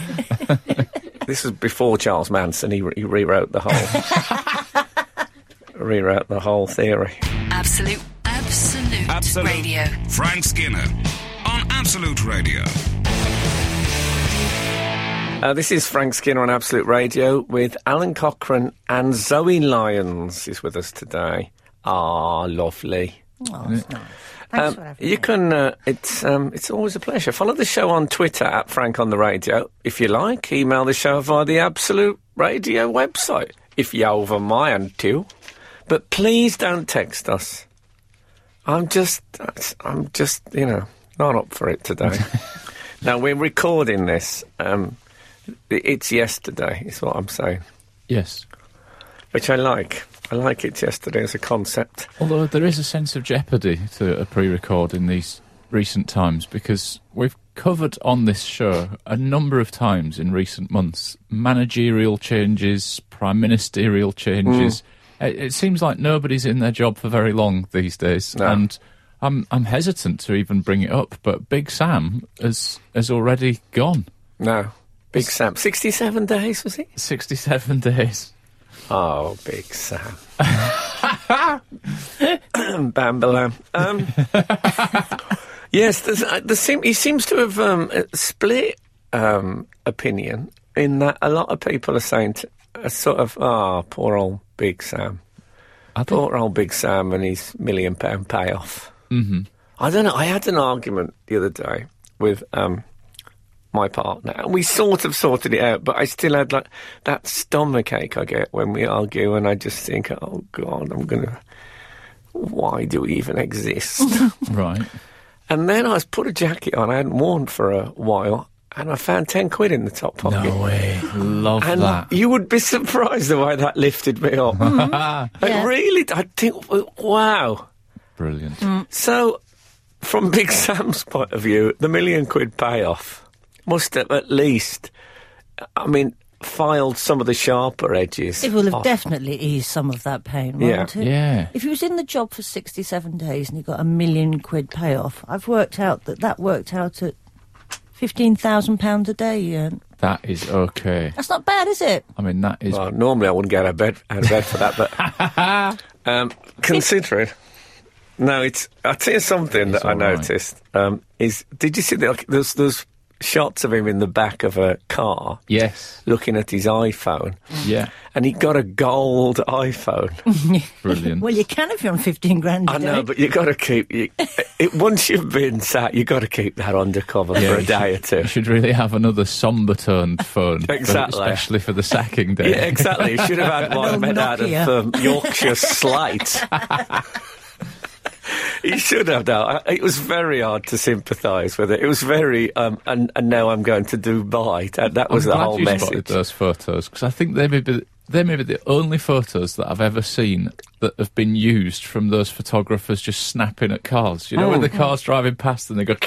S2: This was before Charles Manson. He, re- he rewrote the whole (laughs) rewrote the whole theory.
S1: Absolute, absolute,
S5: Absolute.
S1: radio.
S5: Frank Skinner on Absolute Radio.
S2: Uh, this is Frank Skinner on Absolute Radio with Alan Cochrane and Zoe Lyons is with us today. Ah, lovely.
S3: Oh, that's nice. Thanks for
S2: Um,
S3: having
S2: you
S3: me.
S2: can. Uh, it's um, it's always a pleasure. Follow the show on Twitter at Frank on the Radio if you like. Email the show via the Absolute Radio website if you're over my end too. But please don't text us. I'm just I'm just you know not up for it today. now we're recording this. Um, i- it's yesterday. Is what I'm saying,
S4: Yes.
S2: which I like. I like it yesterday as a concept.
S4: Although there is a sense of jeopardy to a pre-record in these recent times because we've covered on this show a number of times in recent months managerial changes, prime ministerial changes.
S2: Mm.
S4: It, it seems like nobody's in their job for very long these days,
S2: No.
S4: and I'm I'm hesitant to even bring it up. But Big Sam has has already gone
S2: No, Big Sam, sixty-seven days was it?
S4: 67 (laughs) days.
S2: Oh, Big Sam. (laughs) Bambalam. Um, (laughs) yes, there's, uh, there seem, he seems to have um, uh, split um, opinion in that a lot of people are saying, t uh, sort of, ah, poor old Big Sam.
S4: I think
S2: Poor old Big Sam and his million pound payoff. Mm-hmm. I don't know. I had an argument the other day with um, my partner, and we sort of sorted it out, but I still had like that stomach ache I get when we argue, and I just think, oh God, I'm going to. Why do we even
S4: (laughs)
S2: exist?
S4: right.
S2: and then I was put a jacket on I hadn't worn for a while, and I found 10 quid in the top pocket.
S4: No way. Hmm. Love
S2: And
S4: that.
S2: you would be surprised the way that lifted me up.
S4: Ah.
S2: It
S3: Yeah.
S2: really, I think, wow.
S4: Brilliant.
S2: Mm. So, from (laughs) Big Sam's point of view, the million quid payoff must have at least, I mean, filed some of the sharper edges.
S3: It will have
S2: off.
S3: definitely eased some of that pain,
S2: Oh. Yeah.
S3: won't it?
S4: Yeah.
S3: If you was in the job for 67 days and you got a million quid payoff, I've worked out that that worked out at £15,000 a day. Yeah.
S4: That is okay.
S3: That's not bad, is it?
S4: I mean, that is
S2: Well, normally I wouldn't get out of bed, out of bed for that, but
S3: (laughs)
S2: um, considering. No, it's. I tell you something
S4: It's
S2: that I
S4: all right.
S2: noticed um, is. Did you see the, like, there's there's shots of him in the back of a car
S4: yes,
S2: looking at his iPhone,
S4: yeah,
S2: and he got a gold iPhone. (laughs)
S4: brilliant.
S3: Well, you can if you're on 15 grand a
S2: I
S3: day.
S2: know, but you got to keep you, eh, it. Once you've been sat, you got to keep that undercover
S4: Yeah,
S2: for a
S4: you
S2: day or
S4: should-
S2: two.
S4: You should really have another somber toned phone, for-
S2: Exactly.
S4: especially for the sacking day.
S2: Yeah, exactly. You should have (laughs) had one
S3: old
S2: made out of
S3: Nokia.
S2: um, Yorkshire (laughs) slate. He should have done. It was very hard to sympathise with it. It was very, um, and, and now I'm going to Dubai. That, that
S4: I'm
S2: was the
S4: glad
S2: whole
S4: you
S2: message.
S4: spotted those photos because I think they may be they may be the only photos that I've ever seen that have been used from those photographers just snapping at cars. You know,
S2: Oh.
S4: when the car's driving past and they go. (laughs)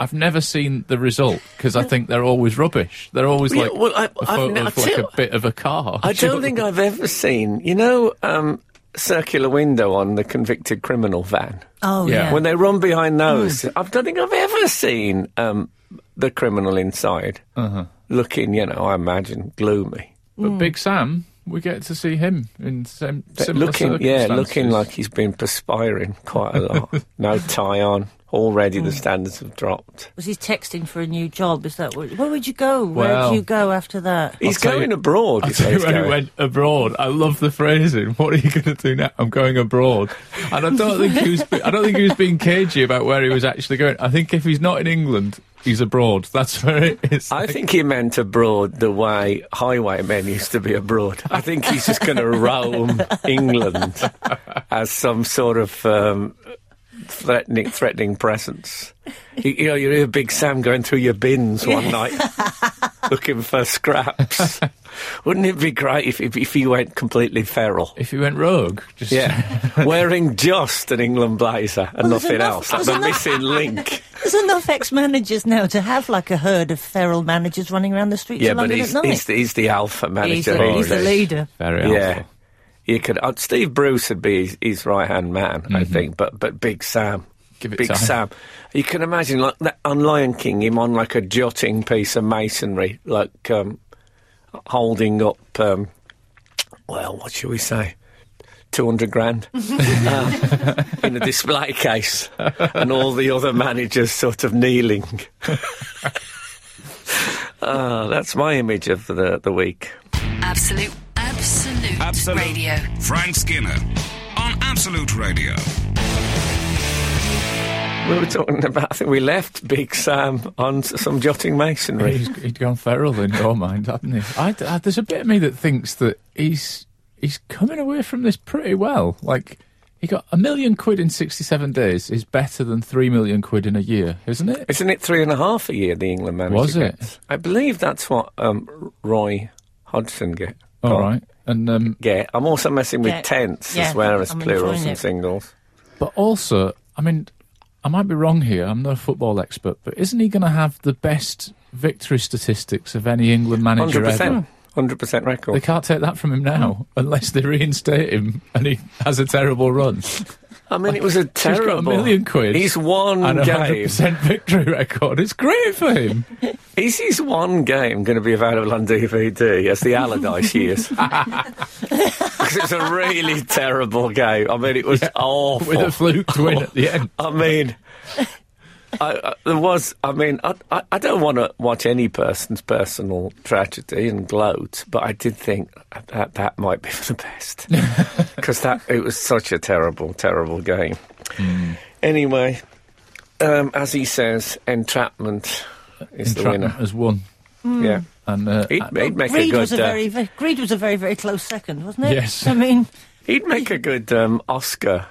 S4: I've never seen the result because I think they're always rubbish. They're always
S2: Yeah,
S4: like
S2: well, I-
S4: a
S2: I've
S4: photo
S2: ne-
S4: of
S2: I
S4: like
S2: tell-
S4: a bit of a car. (laughs)
S2: I don't think I've ever seen, you know, um, circular window on the convicted criminal van.
S3: Oh,
S4: Yeah. Hmm.
S3: yeah.
S2: When they run behind those, I don't think I've ever seen um, the criminal inside
S4: Uh-huh.
S2: looking, you know, I imagine gloomy.
S4: But Big Sam, we get to see him in sim- similar
S2: looking, yeah,
S4: circumstances.
S2: looking like he's been perspiring quite a
S4: (laughs)
S2: lot. no tie on. Already
S4: Hmm.
S2: the standards have dropped.
S3: Was he texting for a new job? Is that what, where would you go? where
S4: Well-
S3: do you go after that?
S2: He's
S4: tell you-
S2: going abroad.
S4: I
S2: he says,
S4: tell you when he
S2: going.
S4: went abroad. I love the phrasing. (laughs) What are you going to do now? I'm going abroad, and I don't think he was. be- I don't think he was being cagey about where he was actually going. I think if he's not in England, he's abroad. That's where it is.
S2: I think he meant abroad the way highwaymen used to be abroad. I think he's just
S3: (laughs)
S2: going to roam England as some sort of um, threatening, threatening presence. You, you know, you hear Big Sam going through your bins one night looking for
S3: (laughs)
S2: scraps. Wouldn't it be great if, if, if he went completely feral?
S4: if he went rogue, just
S2: Yeah, (laughs) wearing just an England blazer and
S3: Well, there's
S2: nothing
S3: enough-
S2: else. That's
S3: there's
S2: the
S3: enough-
S2: missing
S3: (laughs)
S2: link.
S3: There's enough ex-managers now to have like a herd of feral managers running around the streets
S2: yeah,
S3: of
S2: but
S3: London
S2: he's,
S3: at night.
S2: he's, the, he's the alpha manager. Oh,
S3: He's the, he's the
S2: already.
S3: leader.
S4: (laughs) very
S2: Yeah.
S4: helpful.
S2: You could. Uh, Steve Bruce would be his, his right hand man, I think. But but Big Sam,
S4: Mm-hmm. Give it
S2: Big
S4: time.
S2: Sam. You can imagine like that on Lion King, him on like a jutting piece of masonry, like um, holding up, um, well, what shall we say? 200 grand uh, in a display case, and all the other managers sort of kneeling. (laughs) Ah, that's my image of the, the week.
S1: Absolute, absolute,
S5: Absolute.
S1: radio.
S5: Frank Skinner on Absolute Radio.
S2: We were talking about, I think we left Big Sam on s- some jotting masonry.
S4: He's, he'd gone feral in your mind, hadn't he? I, I- there's a bit of me that thinks that he's he's coming away from this pretty well. Like he got a million quid in 67 days is better than three million quid in a year, isn't it?
S2: Isn't it three and a half a year the England manager
S4: Was it?
S2: gets? I believe that's what um, R- Roy Hodgson get.
S4: All right, and um,
S2: Get. I'm also messing with
S3: Get.
S2: tenths
S3: Yeah,
S2: as well as
S3: I'm
S2: plurals
S3: enjoying
S2: and
S3: it.
S2: singles.
S4: But also, I mean, I might be wrong here. I'm no football expert, but isn't he going to have the best victory statistics of any England manager
S2: Hundred
S4: ever?
S2: percent, hundred percent
S4: They
S2: record.
S4: can't take that from him now unless they reinstate him and he has a terrible run.
S2: Mm, I mean, it
S4: (laughs)
S2: was a
S4: He's
S2: terrible
S4: got a million quid.
S2: He's one
S4: and a hundred
S2: game.
S4: percent victory record. It's great for him.
S2: Is his one game going to be available on DVD as the Allardyce
S4: (laughs)
S2: years? (laughs) Because it's a really terrible game. I mean, it was awful.
S4: With a fluke win at the
S2: (laughs)
S4: end.
S2: I
S3: (laughs)
S2: mean, I, I, there was. I mean, I, I, I don't want to watch any person's personal tragedy and gloat, but I did think that that might be (laughs) for the
S3: (laughs)
S2: best because that it was such a terrible, terrible game.
S3: Hmm.
S2: Anyway, um, as he says, entrapment is
S4: Entrapment has won.
S2: the winner. Yeah,
S4: And uh,
S2: he'd, he'd make
S3: Greed
S2: a good.
S3: Hmm. was a
S2: uh,
S3: very, very Greed was a very, very close second, wasn't it?
S4: Yes.
S3: I mean,
S2: He'd make a good um, Oscar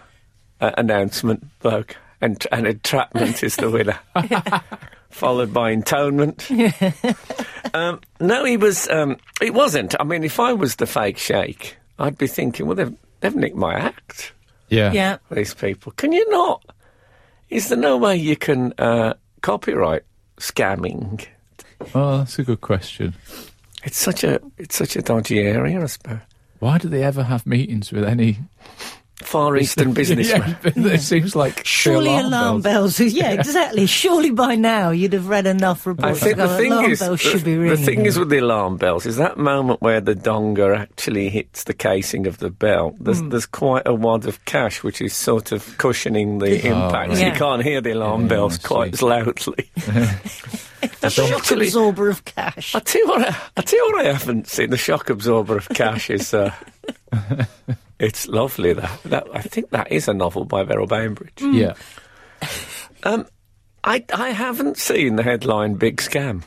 S2: uh, announcement, bloke. And, and entrapment is the winner, followed by intonement. um, no, he was. Um, it wasn't. I mean, if I was the fake shake, I'd be thinking, well, they've, they've nicked my act.
S4: yeah.
S3: yeah.
S2: These people. Can you not? Is there no way you can uh, copyright scamming?
S4: Oh, that's a good question.
S2: It's such a it's such a dodgy area, I suppose.
S4: Why do they ever have meetings with any
S2: Far Eastern businessman.
S4: (laughs) Yeah, it seems like
S3: Surely alarm, bells. (laughs) yeah, exactly. Surely by now you'd have read enough
S2: I
S3: reports. to
S2: think
S3: go,
S2: the thing
S3: alarm
S2: is,
S3: bells
S2: the,
S3: should be
S2: the
S3: ringing.
S2: thing is with the alarm bells is that moment where the donga actually hits the casing of the bell. There's,
S3: Hmm.
S2: there's quite a wad of cash which is sort of cushioning the impact.
S4: right.
S2: So You
S3: Yeah.
S2: can't hear the alarm
S4: Oh, Yeah,
S2: bells
S4: I see.
S2: quite as
S4: (laughs)
S2: loudly.
S3: a
S2: (laughs)
S3: shock
S2: Actually-
S3: absorber of cash.
S2: I tell you what, I, I tell you what, I haven't seen the shock absorber of cash is.
S4: (laughs)
S2: Uh, it's lovely that, that I think that is a novel by Beryl Bainbridge.
S3: Hmm.
S4: Yeah.
S2: I I haven't seen the headline "Big Scam."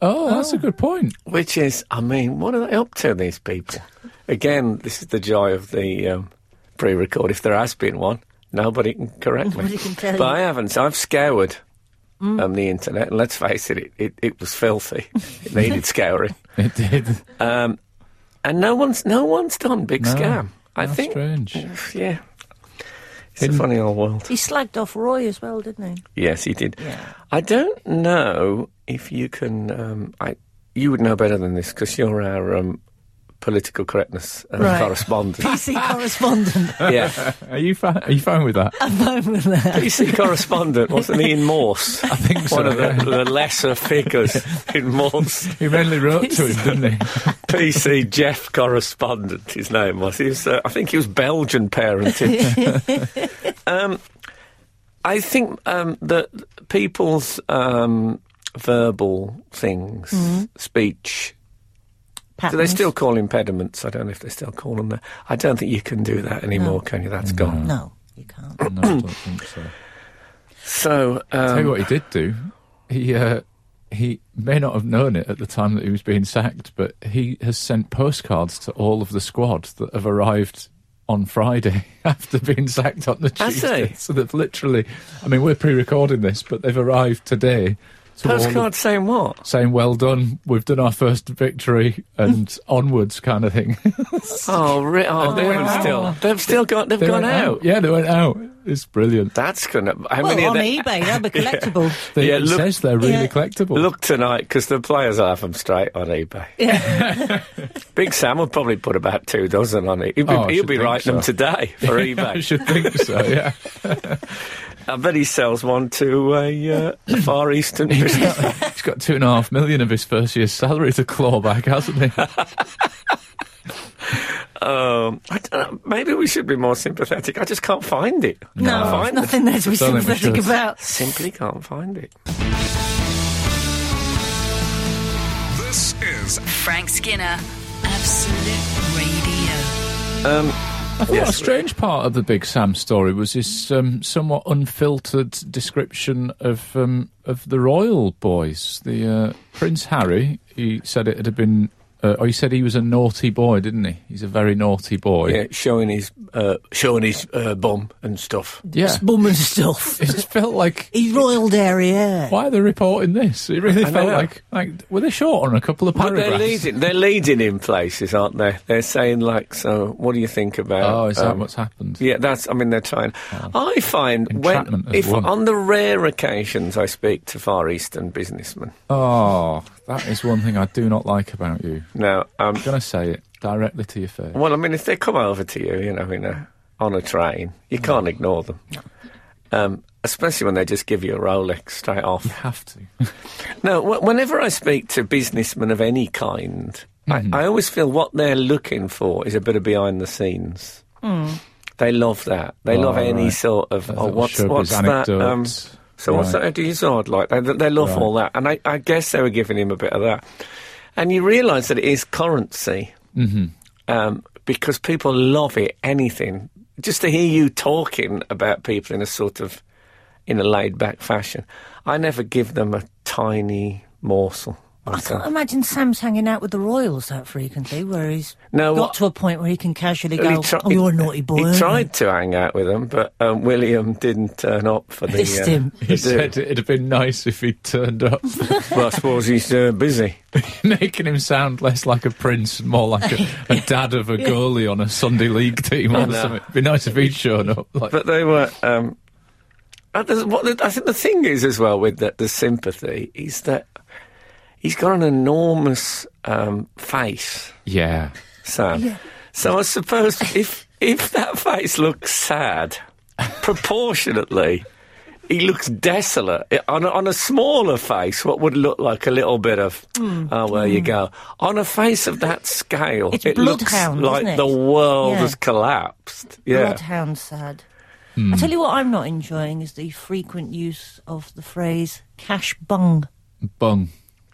S4: Oh, that's a good point.
S2: Which is, I mean, what are they up to, these people? Again, this is the joy of the um, pre record. If there has been one, nobody can correct me.
S3: Nobody can tell
S2: but
S3: you. Mm.
S2: I haven't. So I've scoured um, the internet, and let's face it, it, it, it was filthy. it
S3: (laughs)
S2: needed scouring.
S4: It did.
S2: Um, and no one's, no one's done Big
S4: No,
S2: Scam. I
S4: How
S2: think.
S4: strange.
S2: Yeah. It's
S4: Hidden-
S2: a funny old world.
S3: He slagged off Roy as well, didn't he?
S2: Yes, he did.
S3: Yeah.
S2: I don't know if you can. Um, I you would know better than this because you're our um, political correctness uh,
S3: Right.
S2: correspondent.
S3: PC correspondent.
S2: yeah,
S4: (laughs) Are you fine? Are you fine with that?
S3: I'm fine with that.
S2: PC correspondent wasn't he in Morse? I
S4: think so,
S2: One of
S4: yeah.
S2: the, the lesser figures in Morse.
S4: (laughs) He mainly wrote to him, didn't he?
S2: PC Jeff correspondent. His name was. He was uh, I think he was Belgian parented. um, I think um, that people's um, verbal things, speech. Do they
S3: Patterns.
S2: still call impediments? I don't know if they still call them that. I don't think you can do that anymore, can you? That's gone.
S3: No, you can't.
S4: (laughs) No, I don't think so.
S2: So,
S4: Tell you
S2: um,
S4: what he did do. He uh, he may not have known it at the time that he was being sacked, but he has sent postcards to all of the squad that have arrived on Friday (laughs) after being sacked on the
S2: Has
S4: Tuesday.
S2: he?
S4: So they've literally. I mean, we're pre-recording this, but they've arrived today. to all of-
S2: postcard saying what?
S4: saying well done we've done our first victory (laughs) and onwards kind of thing
S2: Oh, re- oh
S4: they
S2: they've
S4: went out.
S2: still, they've still got, they've
S4: They
S2: gone
S4: went
S2: out.
S4: yeah they went out It's brilliant.
S2: That's gonna. How
S3: Well,
S2: many of
S3: on
S2: the- (laughs)
S3: eBay, that'd be collectible.
S4: They,
S2: Yeah,
S4: it
S2: look-
S4: says they're really
S3: yeah.
S4: collectible.
S2: Look tonight, because the players will have them straight on eBay. (laughs) Big Sam would probably put about two dozen on it. He'll be,
S4: Oh, I
S2: he'll
S4: should
S2: be
S4: think
S2: writing them
S4: so.
S2: today
S4: (laughs)
S2: for
S4: (laughs) I
S2: eBay.
S4: should think so.
S2: (laughs)
S4: Yeah.
S2: I bet he sells one to a, uh, a Far
S4: (laughs)
S2: Eastern business.
S4: He's got two and a half million of his first year's salary to claw back, hasn't
S2: (laughs)
S4: he?
S2: um, I don't know, maybe we should be more sympathetic. I just can't find it. I
S3: no,
S2: can't find it.
S3: nothing there to be
S4: Don't think we
S3: sympathetic
S4: should.
S3: about.
S2: Simply can't find it.
S5: This is
S1: Frank Skinner, Absolute Radio.
S4: I thought
S2: Yes.
S4: a strange part of the Big Sam story was his um, somewhat unfiltered description of um, of the royal boys. The uh, Prince Harry, he said it had been. Uh, oh, he said he was a naughty boy, didn't he? He's a very naughty boy.
S2: Yeah, showing his uh, showing his uh, bum and stuff.
S4: yeah.
S3: Bum and stuff.
S4: It just felt like
S3: He's royal dairy, yeah.
S4: why are they reporting this? It really
S2: I
S4: felt
S2: know.
S4: like like were they short on a couple of
S2: But they're
S4: paragraphs?
S2: leading. They're leading in places, aren't they? They're saying like, "So, what do you think about?"
S4: oh, is that
S2: um,
S4: what's happened?
S2: Yeah, that's. I mean, they're trying. I find when,
S4: Entrapment as
S2: if
S4: one.
S2: on the rare occasions I speak to Far Eastern businessmen,
S4: Oh, that is one thing I do not like about you.
S2: now, um,
S4: I'm gonna say it directly to your face.
S2: well, I mean, if they come over to you, you know, in a, on a train, you
S4: Mm.
S2: can't ignore them. Um, especially when they just give you a Rolex straight off.
S4: (laughs) You have to.
S2: No, w- whenever I speak to businessmen of any kind,
S4: Mm.
S2: I, I always feel what they're looking for is a bit of behind the scenes. They love that. They
S4: Oh,
S2: love any
S4: Mm. right.
S2: sort of
S4: Those
S2: oh,
S4: little
S2: what's
S4: showbiz
S2: what's that? Um,
S4: anecdotes.
S2: so what's
S4: Right.
S2: that? Do you sort like they, they love
S4: Right.
S2: all that? And I, I guess they were giving him a bit of that. And you realise that it is currency um, because people love it. Anything just to hear you talking about people in a sort of in a laid back fashion. I never give them a tiny morsel.
S3: I can't imagine Sam's hanging out with the royals that frequently, where he's
S2: No,
S3: got
S2: what-
S3: to a point where he can casually
S2: Well, he
S3: go,
S2: tri-
S3: "Oh, you're a naughty boy."
S2: He
S3: aren't you?"
S2: tried to hang out with them, but um, William didn't turn up for the. uh,
S3: Dissed him.
S2: the
S4: He
S2: do.
S4: said it'd have been nice if he'd
S2: (laughs)
S4: turned up, (laughs)
S2: well, I suppose he's uh, busy.
S4: making him sound less like a prince and more
S2: (laughs)
S4: like a, a dad of a goalie on a Sunday league team or
S2: know.
S4: something. It'd be nice if he'd shown up. Like,
S2: But they were. Um, and there's- what the- I think the thing is as well with the, the sympathy is that he's got an enormous um, face,
S4: yeah.
S2: Sam. So I suppose if if that face looks sad, proportionately. He looks desolate. I- On a, on a smaller face, what would look like a little bit of, oh, where you go. On a face of that scale,
S3: Hmm. It's
S2: it looks
S3: bloodhound, isn't
S2: like
S3: it?
S2: the world
S3: Yeah.
S2: has collapsed. Yeah.
S3: Bloodhound sad. I tell you what, I'm not enjoying is the frequent use of the phrase "cash bung."
S4: Bung.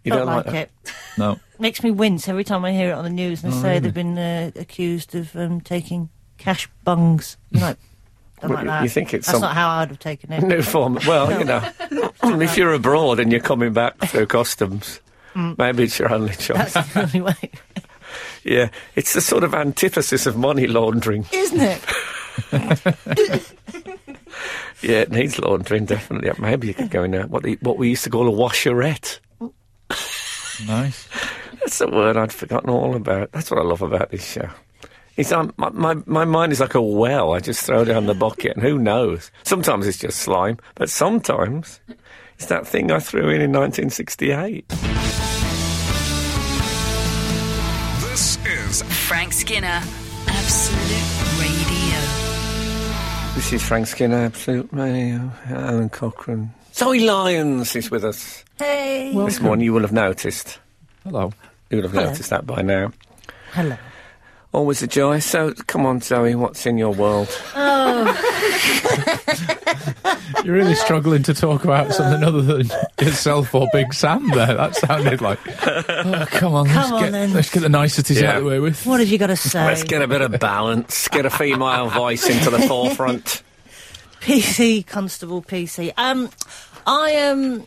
S2: You
S3: Not like,
S2: that? Oh,
S3: it.
S4: No.
S3: Makes me wince every time I hear it on the news and they say they've been uh, accused of um, taking cash bungs. I'm like, don't
S2: Well,
S3: like
S2: you-
S3: that.
S2: you think it's
S3: That's
S2: some-
S3: not how I'd have taken it.
S2: New form. Well, you
S3: (laughs)
S2: know, if you're abroad and you're coming back through customs, maybe it's your only choice.
S3: Mm. That's (laughs) the only way,
S2: yeah, it's the sort of antithesis of money laundering.
S3: isn't it?
S2: Yeah, it needs laundering definitely. Maybe you could go in a, what the, what we used to call a washerette.
S4: Nice.
S2: That's a word I'd forgotten all about. That's what I love about this show. It's, um, my, my, my mind is like a well. I just throw down the bucket and who knows? Sometimes it's just slime, but sometimes it's that thing I threw in in 1968.
S5: this is
S1: Frank Skinner, Absolute Radio.
S2: This is Frank Skinner, Absolute Radio, Alan Cochrane. Zoe Lyons is with us
S3: Hey,
S2: this morning. You will have noticed.
S4: Hello.
S2: You will have
S3: Hello.
S2: noticed that by now.
S3: hello.
S2: Always a joy. So, come on, Zoe, what's in your world?
S4: You're really struggling to talk about something other
S3: (laughs)
S4: than yourself or Big Sam there. That sounded like. Oh, come on. let's,
S3: Come on
S4: get,
S3: then.
S4: let's get the niceties
S2: Yeah.
S4: out of the way with.
S3: What have you got to say?
S2: (laughs) Let's get a bit of balance, get a female voice into the forefront.
S3: PC Constable PC. Um, I am.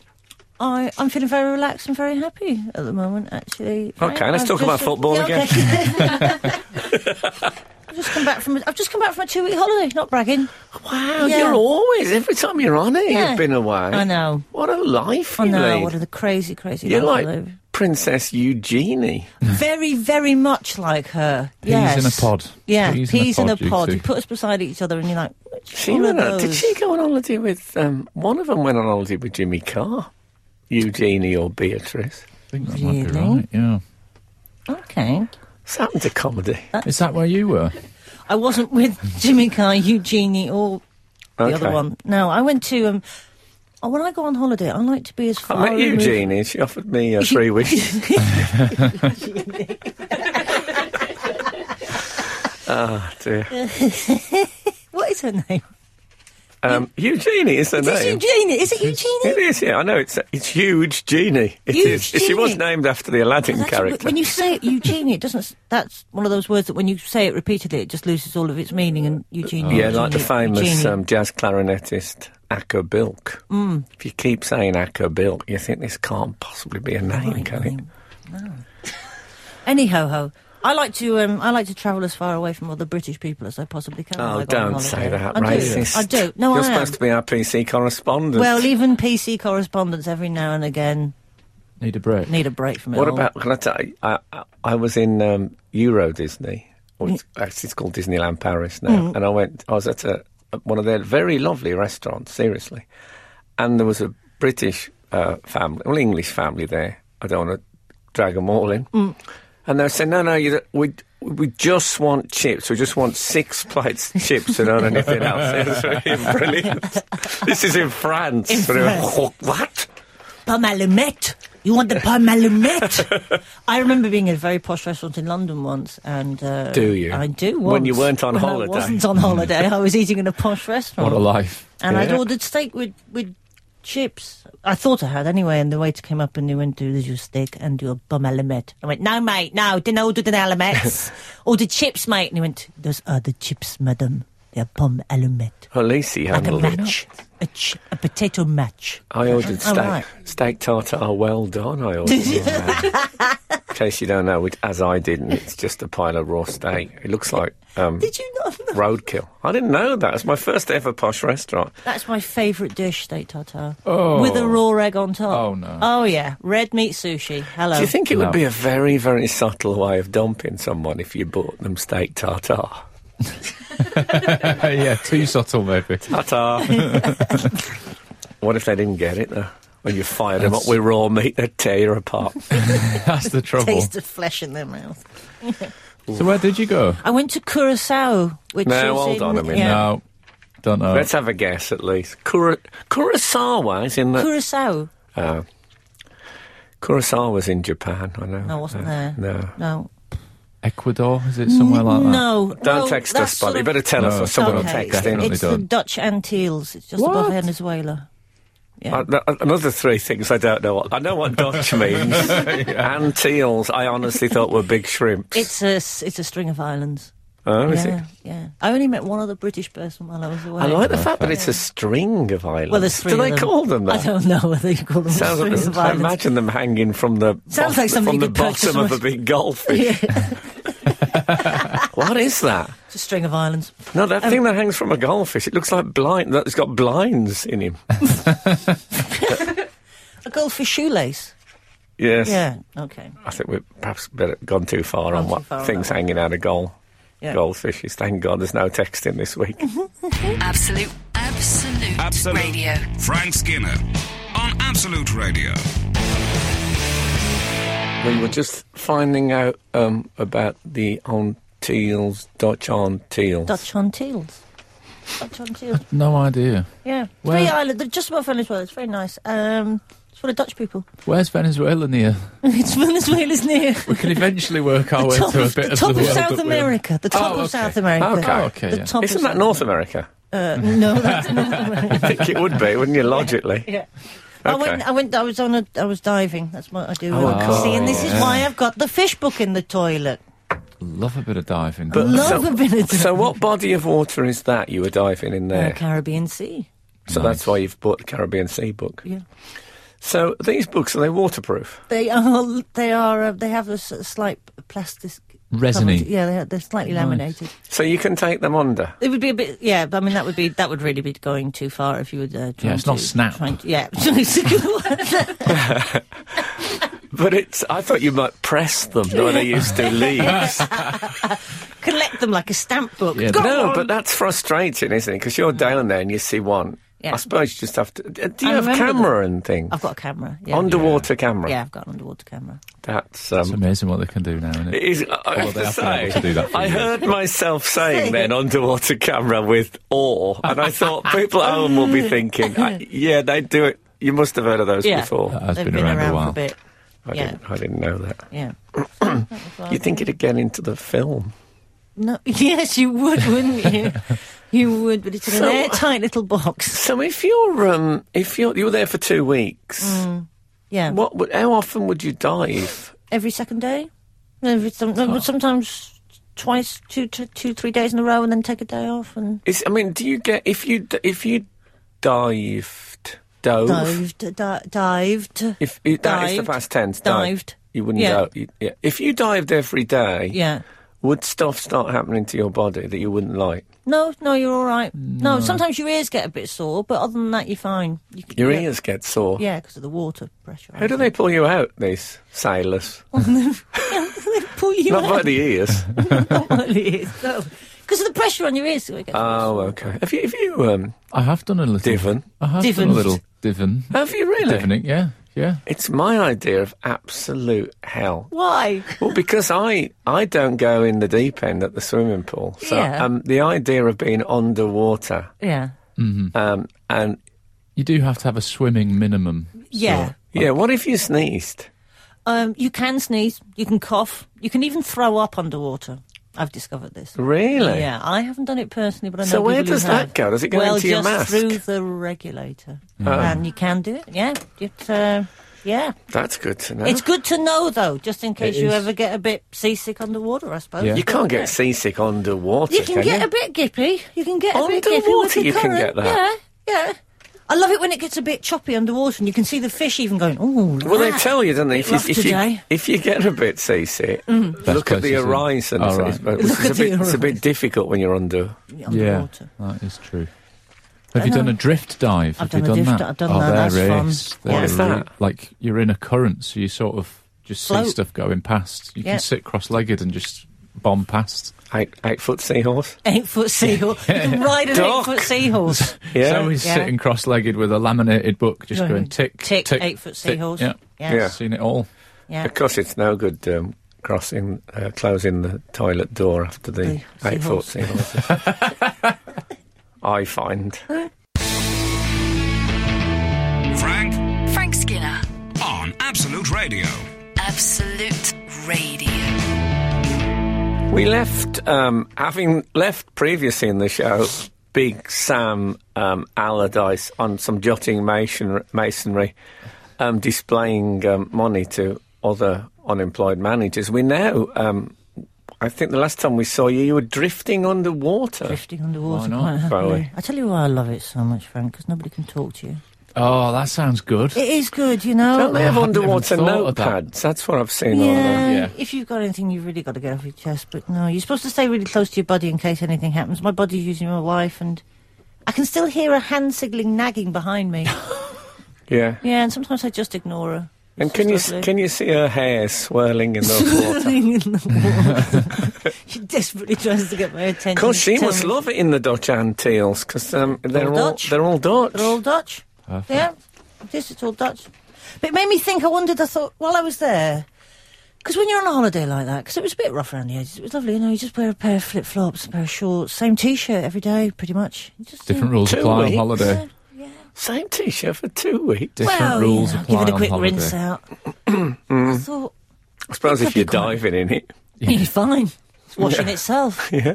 S3: I, I'm feeling very relaxed and very happy at the moment, actually. Frank.
S2: Okay, let's
S3: I've
S2: talk
S3: just-
S2: about football
S3: yeah,
S2: again. (laughs)
S3: okay. I've just come back from. a- I've just come back from a two-week holiday. Not bragging.
S2: (laughs) Wow,
S3: Yeah.
S2: you're always, every time you're on it,
S3: Yeah.
S2: you've been away.
S3: I know.
S2: What a life
S3: I
S2: you
S3: know.
S2: lead.
S3: Oh, What are the crazy, crazy?
S2: You're
S3: life I
S2: like
S3: live.
S2: Princess Eugenie.
S3: Very, very much like her. yes.
S4: in a pod.
S3: Yeah,
S4: Peas
S3: peas,
S4: in a
S3: in a
S4: pod,
S3: pod.
S4: you
S3: You,
S4: think.
S3: put us beside each other and you're like, which
S2: She
S3: one of
S2: went on,
S3: those?
S2: did she go on holiday with um, one of them? Went on holiday with Jimmy Carr, Eugenie or Beatrice.
S4: I think that might be
S3: Really?
S4: right, yeah.
S3: Okay.
S2: It's happened to comedy.
S4: Is that where you were?
S3: I wasn't with Jimmy Carr, Eugenie, or the
S2: Okay.
S3: other one. No, I went to. Um, oh, when I go on holiday, I like to be as far.
S2: I met
S3: removed-
S2: Eugenie. and She offered me uh, three
S3: (laughs)
S2: wishes. Ah dear.
S3: What is her name?
S2: Um, Eugenie is her
S3: Is
S2: name.
S3: it Eugenie? Is it Eugenie?
S2: It is, yeah. I know it's it's huge genie. It is.
S3: Huge
S2: She was
S3: genie.
S2: named after the Aladdin
S3: That's-
S2: character.
S3: When you say it, Eugenie, it doesn't. s- That's one of those words that when you say it repeatedly, it just loses all of its meaning. And Eugenie.
S2: yeah, like the
S3: Eugenie,
S2: famous
S3: Eugenie.
S2: um, jazz clarinetist Acker Bilk. Mm. If you keep saying Acker Bilk, you think this can't possibly be a name,
S3: Right,
S2: can it?
S3: name. Anyhow, ho. I like to um, I like to travel as far away from other British people as I possibly can. when I
S2: Oh,
S3: go on
S2: don't say
S3: holiday.
S2: that,
S3: I
S2: racist.
S3: Do. I do. No,
S2: You're
S3: I am.
S2: supposed to be our PC correspondent.
S3: Well, even PC correspondents every now and again
S4: Need a break.
S3: need a break from it.
S2: What
S3: all.
S2: about? Can I tell you? I, I, I was in um, Euro Disney, or it's,
S3: Mm.
S2: actually it's called Disneyland Paris now, and I went. I was at a at one of their very lovely restaurants, seriously, and there was a British uh, family, well, English family there. I don't want to drag them all in,
S3: Mm.
S2: and they said, "No, no, you, don't- we." We just want chips. We just want six (laughs) plates of chips and not anything else. (laughs) It was really
S3: (laughs)
S2: brilliant. This is in France.
S3: In
S2: They went,
S3: France.
S2: "Oh, what?
S3: Pomme à la Met? You want the pomme à la
S2: (laughs)
S3: Met? I remember being in a very posh restaurant in London once, and uh,
S2: Do you?
S3: I do. Once.
S2: When you weren't on
S3: When
S2: holiday.
S3: I wasn't on holiday. I was eating in a posh restaurant.
S4: What a life.
S3: and I'd
S2: Yeah.
S3: ordered steak with with chips. I thought I had anyway, and the waiter came up and he went, "Do there's your steak and your bum element." I went, "No, mate, no, didn't order the
S2: (laughs)
S3: elements, ordered chips, mate." And he went, "Those are the chips, madam. They're bum element,
S2: Well, Lisi
S3: like a
S2: handled it.
S3: match, a, ch- a potato match."
S2: I ordered
S3: Oh,
S2: steak.
S3: right.
S2: Steak tartare, well done. I ordered. In case you don't know, which, as I didn't, it's just a pile of raw steak. It looks like um,
S3: Did you not? know?
S2: roadkill. I didn't know that. It's my first ever posh restaurant.
S3: That's my favourite dish, steak tartare,
S4: Oh.
S3: with a raw egg on top.
S4: Oh, no.
S3: Oh yeah, red meat sushi. Hello.
S2: Do you think it
S4: No.
S2: would be a very, very subtle way of dumping someone if you bought them steak tartare?
S3: Oh.
S4: (laughs) yeah, too
S3: (laughs)
S4: subtle, maybe.
S2: Tartare. what if they didn't get it though? When you fire them up
S4: That's-
S2: with raw meat, they tear you
S3: (laughs)
S2: apart.
S3: Oh.
S4: That's the trouble.
S3: Taste of flesh in their mouth.
S4: So where did you go?
S3: I went to Curacao, which
S2: No,
S3: is
S2: hold
S3: in,
S2: on a minute.
S3: yeah.
S4: No, don't know.
S2: Let's have a guess at least. Cura- Kurosawa is in the.
S3: Curacao.
S2: Uh, Kurosawa was in Japan, I know.
S3: No, I wasn't
S2: Uh,
S3: there.
S2: No.
S3: No.
S4: Ecuador? Is it somewhere like that?
S3: No.
S2: Don't
S3: no,
S2: text
S3: Oh, that's
S2: us,
S3: sort
S2: Buddy.
S3: of-
S2: Better tell us
S4: No,
S2: or someone will
S4: okay.
S2: text in.
S4: Definitely.
S3: It's the
S4: don't.
S3: Dutch Antilles. It's just
S4: What?
S3: above Venezuela. Yeah.
S2: Uh, th- another three things I don't know. What, I know what
S3: (laughs)
S2: Dutch means. And teals, I honestly thought were big shrimps.
S3: it's a s- it's a string of islands.
S2: oh, is
S3: yeah,
S2: it?
S3: yeah. I only met one other British person while I was away.
S2: I like the fact that it's a string of islands.
S3: well, there's three
S2: Do
S3: of
S2: they
S3: them.
S2: call them that?
S3: I don't know whether you call them
S2: Sounds
S3: strings
S2: like,
S3: of
S2: I
S3: islands.
S2: imagine them hanging from the
S3: Sounds
S2: bottom,
S3: like
S2: from
S3: something you
S2: the
S3: could purchase
S2: bottom of a
S3: with-
S2: big goldfish. (laughs) what is that?
S3: It's a string of islands.
S2: No, that thing that hangs from a goldfish. It looks like blind. That's got blinds in
S3: (laughs)
S2: him.
S3: A goldfish shoelace.
S2: Yes.
S3: Yeah. Okay.
S2: I think we've perhaps better gone too far
S3: Gone
S2: on
S3: too
S2: what
S3: far on
S2: things
S3: that one.
S2: hanging out of goal.
S3: Yeah.
S2: Goldfishes. Thank God there's no texting this week.
S3: (laughs)
S1: Absolute, absolute,
S5: Absolute.
S1: radio.
S5: Frank Skinner on Absolute Radio.
S2: we were just finding out um, about the on teals, Dutch on teals.
S3: Dutch Antilles. Dutch
S2: (laughs)
S3: Antilles.
S4: No idea.
S3: Yeah.
S4: Well-
S3: Three islands. They're just above Venezuela. It's very nice. Um, it's full of Dutch people. (laughs)
S4: Where's Venezuela near?
S3: it's
S2: (laughs)
S3: Venezuela's near.
S4: We can eventually work our way
S3: top
S4: to Oh, a
S3: of-
S4: bit
S3: the
S4: of
S3: top
S4: the
S3: of
S4: world
S3: South
S4: that we're in.
S3: America. The top
S4: Oh,
S3: of
S4: okay.
S3: South America.
S2: Okay.
S4: Oh, okay,
S3: The
S4: yeah.
S3: top
S2: Isn't
S3: of
S2: that
S3: South-
S2: North America?
S3: Uh, no,
S2: (laughs)
S3: that's North
S2: I
S3: America.
S2: think it would be, wouldn't you, logically?
S3: Yeah. I
S2: Okay.
S3: went. I went. I was on a. I was diving. That's what I do.
S2: Oh, of course.
S3: See, and this is why I've got the fish book in the toilet.
S4: Love a bit of diving.
S2: But-
S3: (laughs) Love
S2: So-
S3: a bit of
S2: So, what body of water is that you were diving in
S3: Uh,
S2: there?
S3: Caribbean Sea.
S2: So, that's why you've bought the Caribbean Sea book.
S3: Yeah.
S2: So, these books, are they waterproof?
S3: They are. (laughs) They are. Uh, they have a s- slight plastic.
S4: Resiny.
S3: cover to- Yeah, they are, they're slightly laminated.
S2: So, you can take them under?
S3: It would be a bit, yeah. but I mean, that would be that would really be going too far (laughs) if you were uh, trying
S4: it's not
S3: to-
S4: snap.
S3: trying to- yeah,
S2: But it's. I thought you might press them the way they used to
S3: (laughs)
S2: leaves.
S3: Collect them like a stamp book.
S4: Yeah,
S3: Go
S2: no,
S3: on. Mm.
S2: but that's frustrating, isn't it? Because you're down there and you see one.
S3: Yeah.
S2: I suppose you just have to. d- Do
S3: I
S2: you have
S3: remember
S2: camera and things?
S3: I've got a camera. Yeah.
S2: Underwater camera.
S3: Yeah, I've got an underwater camera.
S2: That's.
S4: It's
S2: Um,
S4: amazing what they can do now, isn't
S2: it
S4: it?
S2: is, I have
S4: they
S2: to
S4: have been
S2: say,
S4: able to do that for
S2: I
S4: years.
S2: heard myself saying then underwater camera with awe, and I thought people at home
S3: (laughs)
S2: will be thinking, I, yeah, they do it. You must have heard of those
S3: Yeah.
S2: before.
S4: Has
S3: They've
S4: been around a
S3: for a
S4: while.
S3: bit.
S2: I,
S3: yeah.
S2: didn't, I didn't know that.
S3: Yeah.
S2: You think it'd get into the film?
S3: No. (laughs) Yes, you would, wouldn't you? you would, but it's in
S2: So-
S3: an airtight little box.
S2: So if you're um, if you're you're there for two weeks,
S3: Mm. Yeah.
S2: what would, how often would you dive?
S3: Every second day. Every, some, Sometimes twice, two, two, two, three days in a row, and then take a day off and
S2: Is I mean, do you get if you d- if you dived dove?
S3: dived, di- dived.
S2: If you, that is the
S3: Dived.
S2: past tense, dive,
S3: Dived.
S2: You wouldn't
S3: Yeah.
S2: dive. you- yeah. If you dived every day,
S3: Yeah.
S2: would stuff start happening to your body that you wouldn't like?
S3: No, no, you're all right. No. sometimes your ears get a bit sore, but other than that, you're fine. You can,
S2: Your
S3: yeah,
S2: ears get sore.
S3: Yeah, because of the water pressure. (laughs)
S2: How do they pull you out, these sailors?
S3: they pull you
S2: Not
S3: out? (laughs)
S2: by the ears.
S3: Not by the ears, no. Because of the pressure on your ears. So it gets
S2: oh, okay. Have you, have you, um,
S4: I have done a little
S2: Divin?
S4: I have
S3: Divin.
S4: done a little divin.
S2: have you really?
S4: Divining, yeah, yeah.
S2: It's my idea of absolute hell.
S3: Why?
S2: Well, because I I don't go in the deep end at the swimming pool, so
S3: Yeah.
S2: um, the idea of being underwater
S3: Yeah.
S2: um, and
S4: You do have to have a swimming minimum.
S3: Yeah.
S4: So-
S2: yeah, what if you sneezed?
S3: Um, you can sneeze, you can cough, you can even throw up underwater. I've discovered this.
S2: Really?
S3: Yeah, I haven't done it personally, but I know.
S2: So where
S3: people who
S2: does that
S3: have.
S2: go? Does it go
S3: well,
S2: into your
S3: just
S2: mask? Oh.
S3: through the regulator, and you can do it. Yeah, it, uh, yeah.
S2: That's good to know.
S3: It's good to know though, just in case
S4: It
S3: you
S4: is.
S3: ever get a bit seasick underwater. I suppose
S4: Yeah.
S2: you can't
S3: (laughs)
S2: get seasick underwater.
S3: You can get
S2: you?
S3: a bit gippy. You can get a bit gippy with
S2: Underwater
S3: the
S2: you can
S3: current.
S2: get that.
S3: Yeah, yeah. I love it when it gets a bit choppy underwater, and you can see the fish even going. Oh,
S2: Well, they tell you, don't they? If you,
S3: Rough
S2: if you,
S3: today.
S2: if you get a bit seasick, look at
S4: place
S2: the
S4: is in-
S2: horizon.
S4: Oh,
S2: so
S4: right.
S2: it's- which
S3: Mm. Look
S2: is
S3: at
S2: a bit,
S3: the
S2: it's a
S3: horizon.
S2: bit difficult when you're under.
S3: underwater.
S4: Yeah, that is true. Have you done a drift dive?
S3: I've
S4: Have
S3: done a
S4: you done
S3: drift-
S4: that?
S3: I've done
S4: oh,
S3: that,
S4: they're
S3: that's
S4: ace.
S3: fun. What
S4: They're
S2: is that?
S4: re- Like you're in a current, so you sort of just
S3: Float.
S4: see stuff going past. You
S3: Yeah.
S4: can sit cross-legged and just bomb past.
S2: Eight, eight foot seahorse.
S3: Eight foot seahorse.
S2: (laughs)
S3: You can ride an
S2: Doc.
S3: eight foot
S4: (laughs)
S3: seahorse.
S2: Yeah.
S4: So he's
S3: Yeah.
S4: sitting cross-legged with a laminated book, just
S3: Right.
S4: going tick,
S3: Tick,
S4: tick,
S3: eight foot
S4: tick.
S3: seahorse.
S4: Yeah.
S3: Yeah.
S2: Yeah.
S4: seen it all.
S3: Yeah.
S2: Of course, it's no good um, crossing, uh, closing the toilet door after the
S3: The
S2: eight foot
S3: seahorse.
S2: seahorse. (laughs) I find.
S5: Frank
S1: Frank Skinner.
S5: on Absolute Radio.
S1: Absolute Radio.
S2: We left, um, having left previously in the show, Big Sam um, Allardyce on some jutting mason- masonry, um, displaying um, money to other unemployed managers. We now, um, I think the last time we saw you, you were drifting underwater.
S3: Drifting underwater
S4: Why not?
S3: quite happily.
S2: Probably.
S3: (laughs) I tell you why I love it so much, Frank, because nobody can talk to you.
S4: Oh, that sounds good.
S3: It is good, you know.
S2: Don't they have
S4: Oh, I hadn't even
S2: underwater
S4: thought of that.
S2: notepads? That's what I've seen on
S3: Yeah,
S2: them.
S4: Yeah.
S3: If you've got anything, you've really got to get off your chest. But no, you're supposed to stay really close to your body in case anything happens. My body's using my wife, and I can still hear a hand signaling nagging
S2: (laughs)
S3: behind me.
S2: Yeah.
S3: yeah, and sometimes I just ignore her.
S2: And can you
S3: It's (laughs) lovely.
S2: can you see her hair swirling in
S3: (laughs)
S2: the water?
S3: in the water. (laughs) she desperately tries to get my attention.
S2: Of course, she
S3: Tell
S2: must
S3: me-
S2: love it in the Dutch Antilles because um, they're
S3: All
S2: all,
S3: Dutch.
S2: they're all Dutch.
S3: They're all Dutch. Yeah, this is all Dutch. But it made me think. I wondered. I thought while I was there, because when you're on a holiday like that, because it was a bit rough around the edges, it was lovely. You know, you just wear a pair of flip flops, a pair of shorts, same t-shirt every day, pretty much. You Just
S4: Different
S3: you know,
S4: rules
S2: Two
S4: apply on
S2: weeks.
S4: holiday.
S3: Yeah.
S2: Same T-shirt for two weeks.
S4: Different
S3: well,
S4: rules
S3: you know,
S4: apply
S3: give it a
S4: on
S3: quick
S4: holiday.
S2: (clears throat)
S3: rinse out.
S2: Mm.
S3: I thought
S2: I suppose
S3: That'd
S2: if you're
S3: be quite-
S2: diving in it,
S3: it's fine. It's washing itself.
S2: (laughs) yeah,
S3: I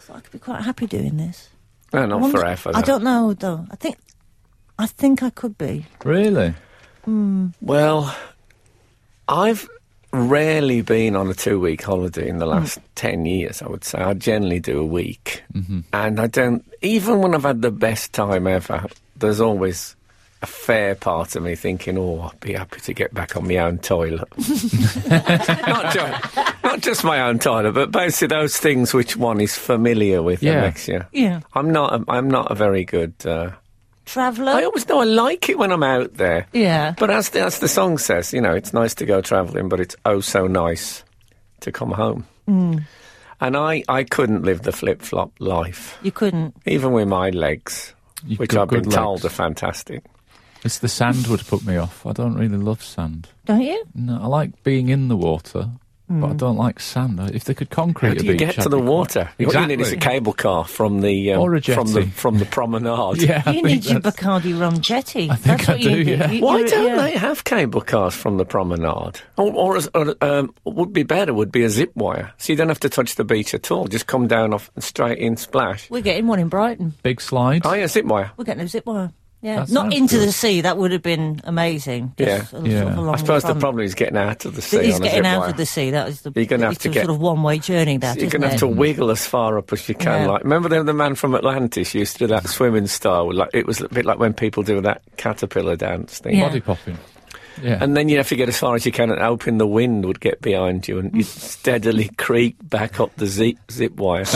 S3: thought I could be quite happy doing this.
S2: no,
S3: I
S2: not
S3: wonder-
S2: forever.
S3: I
S2: though.
S3: don't know though. I think, I think I could be.
S4: Really?
S2: Well, I've rarely been on a two-week holiday in the
S4: Hmm.
S2: last ten years. I would say I generally do a week,
S4: Mm-hmm.
S2: and I don't. Even when I've had the best time ever, there's always a fair part of me thinking, "Oh, I'd be happy to get back on my own
S4: (laughs)
S2: toilet." not, just, not just my own toilet, but basically those things which one is familiar with the
S4: Yeah.
S2: next year.
S3: Yeah.
S2: I'm not. A, I'm not a very good. Uh,
S3: traveller.
S2: I always know I like it when I'm out there.
S3: yeah.
S2: But as the, as the song says, you know, it's nice to go travelling, but it's oh so nice to come home. And I, I couldn't live the flip flop life,
S3: you couldn't.
S2: even with my legs,
S4: You've
S2: which
S4: got
S2: I've been
S4: good
S2: told are
S4: legs.
S2: fantastic.
S4: It's the sand would put me off. I don't really love sand.
S3: Don't you?
S4: No, I like being in the water,
S3: Hmm.
S4: but I don't like sand. Uh, If they could concrete
S2: How do
S4: a
S2: you
S4: beach,
S2: get
S4: I'd
S2: to the
S4: be quite-
S2: water? What you need is a
S4: Exactly.
S2: cable car from the um,
S4: Or a
S2: from the
S4: jetty.
S2: from the promenade.
S4: (laughs) Yeah, I
S3: you
S4: think
S3: need your
S4: that's-
S3: Bacardi rum jetty.
S4: I think
S3: That's what
S4: I
S3: you
S4: do,
S3: need.
S4: yeah.
S3: You-
S2: Why
S3: you-
S2: don't
S3: yeah.
S2: they have cable cars from the promenade? Or, or, as- or um, what would be better would be a zip wire, so you don't have to touch the beach at all. Just come down off and straight in, splash.
S3: We're getting one in Brighton.
S4: Big slide.
S2: Oh yeah, zip wire.
S3: We're getting a zip wire. Yeah,
S4: That
S3: not
S4: sounds
S3: into the
S4: good.
S3: sea. That would have been amazing. Just
S2: Yeah.
S3: a- sort of
S4: Yeah.
S3: along
S2: I suppose the
S3: front.
S2: problem is getting out of the sea.
S3: It is
S2: on a
S3: getting
S2: zip
S3: out
S2: wire.
S3: of the sea. That is the.
S2: You're gonna have
S3: it's
S2: to
S3: a
S2: get-
S3: sort of one way journey. That
S2: You're going to
S3: isn't
S2: have
S3: it?
S2: to wiggle as far up as you can.
S3: Yeah.
S2: Like remember the, the man from Atlantis used to do that swimming style. Like it was a bit like when people do that caterpillar dance thing.
S3: Yeah.
S4: Body popping. Yeah.
S2: And then you have to get as far as you can, and hoping the wind would get behind you,
S3: (laughs)
S2: and you steadily creak back up the zip, zip wire.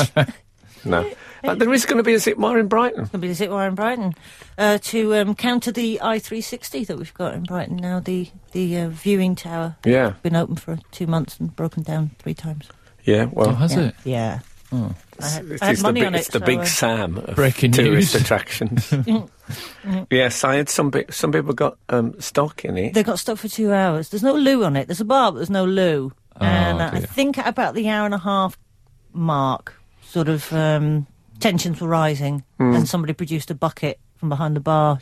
S2: no, Uh, there is going to be a zip wire in Brighton.
S3: Gonna be the zip wire in Brighton uh, to um, counter the I360 that we've got in Brighton now. The the uh, viewing tower
S2: Yeah,
S3: been open for two months and broken down three times.
S2: yeah. Well,
S4: oh, has
S3: yeah.
S4: it?
S3: Yeah. I had, I had
S2: It's the,
S3: money
S2: big,
S3: on it.
S2: it's the
S3: so,
S2: big
S3: uh, Mm,
S2: Sam of
S4: Breaking
S2: tourist
S3: (laughs)
S4: news.
S2: attractions. yes, I had some. Bi- some people got um, stock in it.
S3: They got stuck for two hours. There's no loo on it. There's a bar, but there's no loo. and uh, I
S4: Oh, dear.
S3: think at about the hour and a half mark, sort of um, tensions were rising,
S4: Hmm.
S3: and somebody produced a bucket from behind the bar,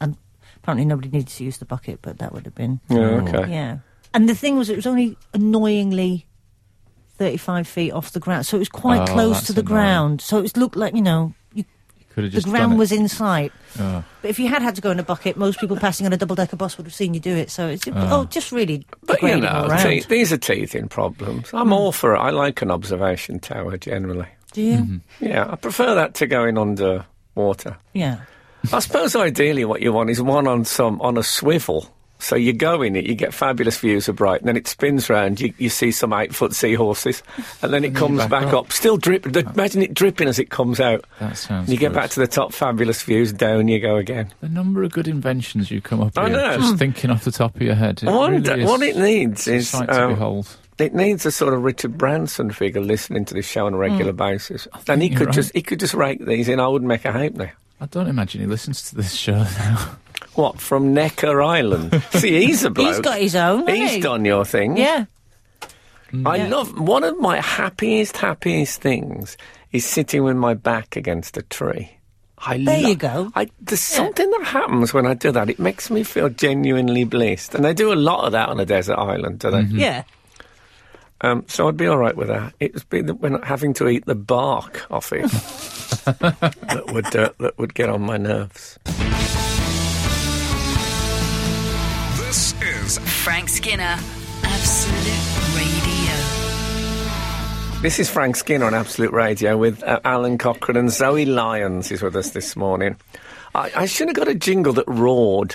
S3: and apparently nobody needed to use the bucket, but that would have been
S2: Yeah, Oh, okay.
S3: yeah. And the thing was, it was only annoyingly. 35 feet off the ground, so it was quite
S4: Oh,
S3: close
S4: that's
S3: to the
S4: annoying.
S3: ground. So it was, looked like, you know, you,
S4: Could have
S3: the
S4: just
S3: ground
S4: done it.
S3: was in sight.
S4: Oh.
S3: But if you had had to go in a bucket, most people passing on a double decker bus would have seen you do it. So it's oh, just really
S2: But you
S3: degrading all Mm.
S2: know,
S3: round.
S2: te- these are teething problems. I'm all for it. I like an observation tower generally.
S3: do you?
S4: Mm-hmm.
S2: Yeah, I prefer that to going under water.
S3: Yeah.
S2: I suppose ideally what you want is one on some on a swivel. So you go in it, you get fabulous views of Brighton, then it spins round, you, you see some eight foot seahorses, and then it comes
S4: back
S2: back, up.
S4: up.
S2: still drip. d- Imagine it dripping as it comes out.
S4: That sounds
S2: You get
S4: good.
S2: back to the top, fabulous views, down you go again.
S4: The number of good inventions you come up
S2: I
S4: with,
S2: know.
S4: just thinking off the top of your head. It
S2: I wonder-
S4: really is
S2: what it needs
S4: a
S2: is,
S4: sight
S2: um,
S4: to behold.
S2: It needs a sort of Richard Branson figure listening to this show on a regular basis, and he
S4: Hmm. you're
S2: could
S4: right.
S2: just he could just rake these in. I would make a halfpenny.
S4: I don't imagine he listens to this show now.
S2: What from Necker
S4: (laughs)
S2: Island? see, he's a bloke.
S3: He's got his own. hasn't
S2: He's
S3: he?
S2: done your thing.
S3: Yeah.
S2: I
S3: Yeah.
S2: love one of my happiest, happiest things is sitting with my back against a tree. I
S3: There
S2: lo-
S3: you go.
S2: I, there's something that happens when I do that. It makes me feel genuinely blessed, and they do a lot of that on a desert island, do they?
S4: Mm.
S3: Yeah.
S2: Um, so I'd be all right with that. It's been the- when having to eat the bark off
S3: (laughs)
S2: it that would uh, that would get on my nerves.
S5: This is
S1: Frank Skinner, Absolute Radio.
S2: This is Frank Skinner on Absolute Radio with uh, Alan Cochrane and Zoe Lyons is with us this morning. I, I should have got a jingle that roared.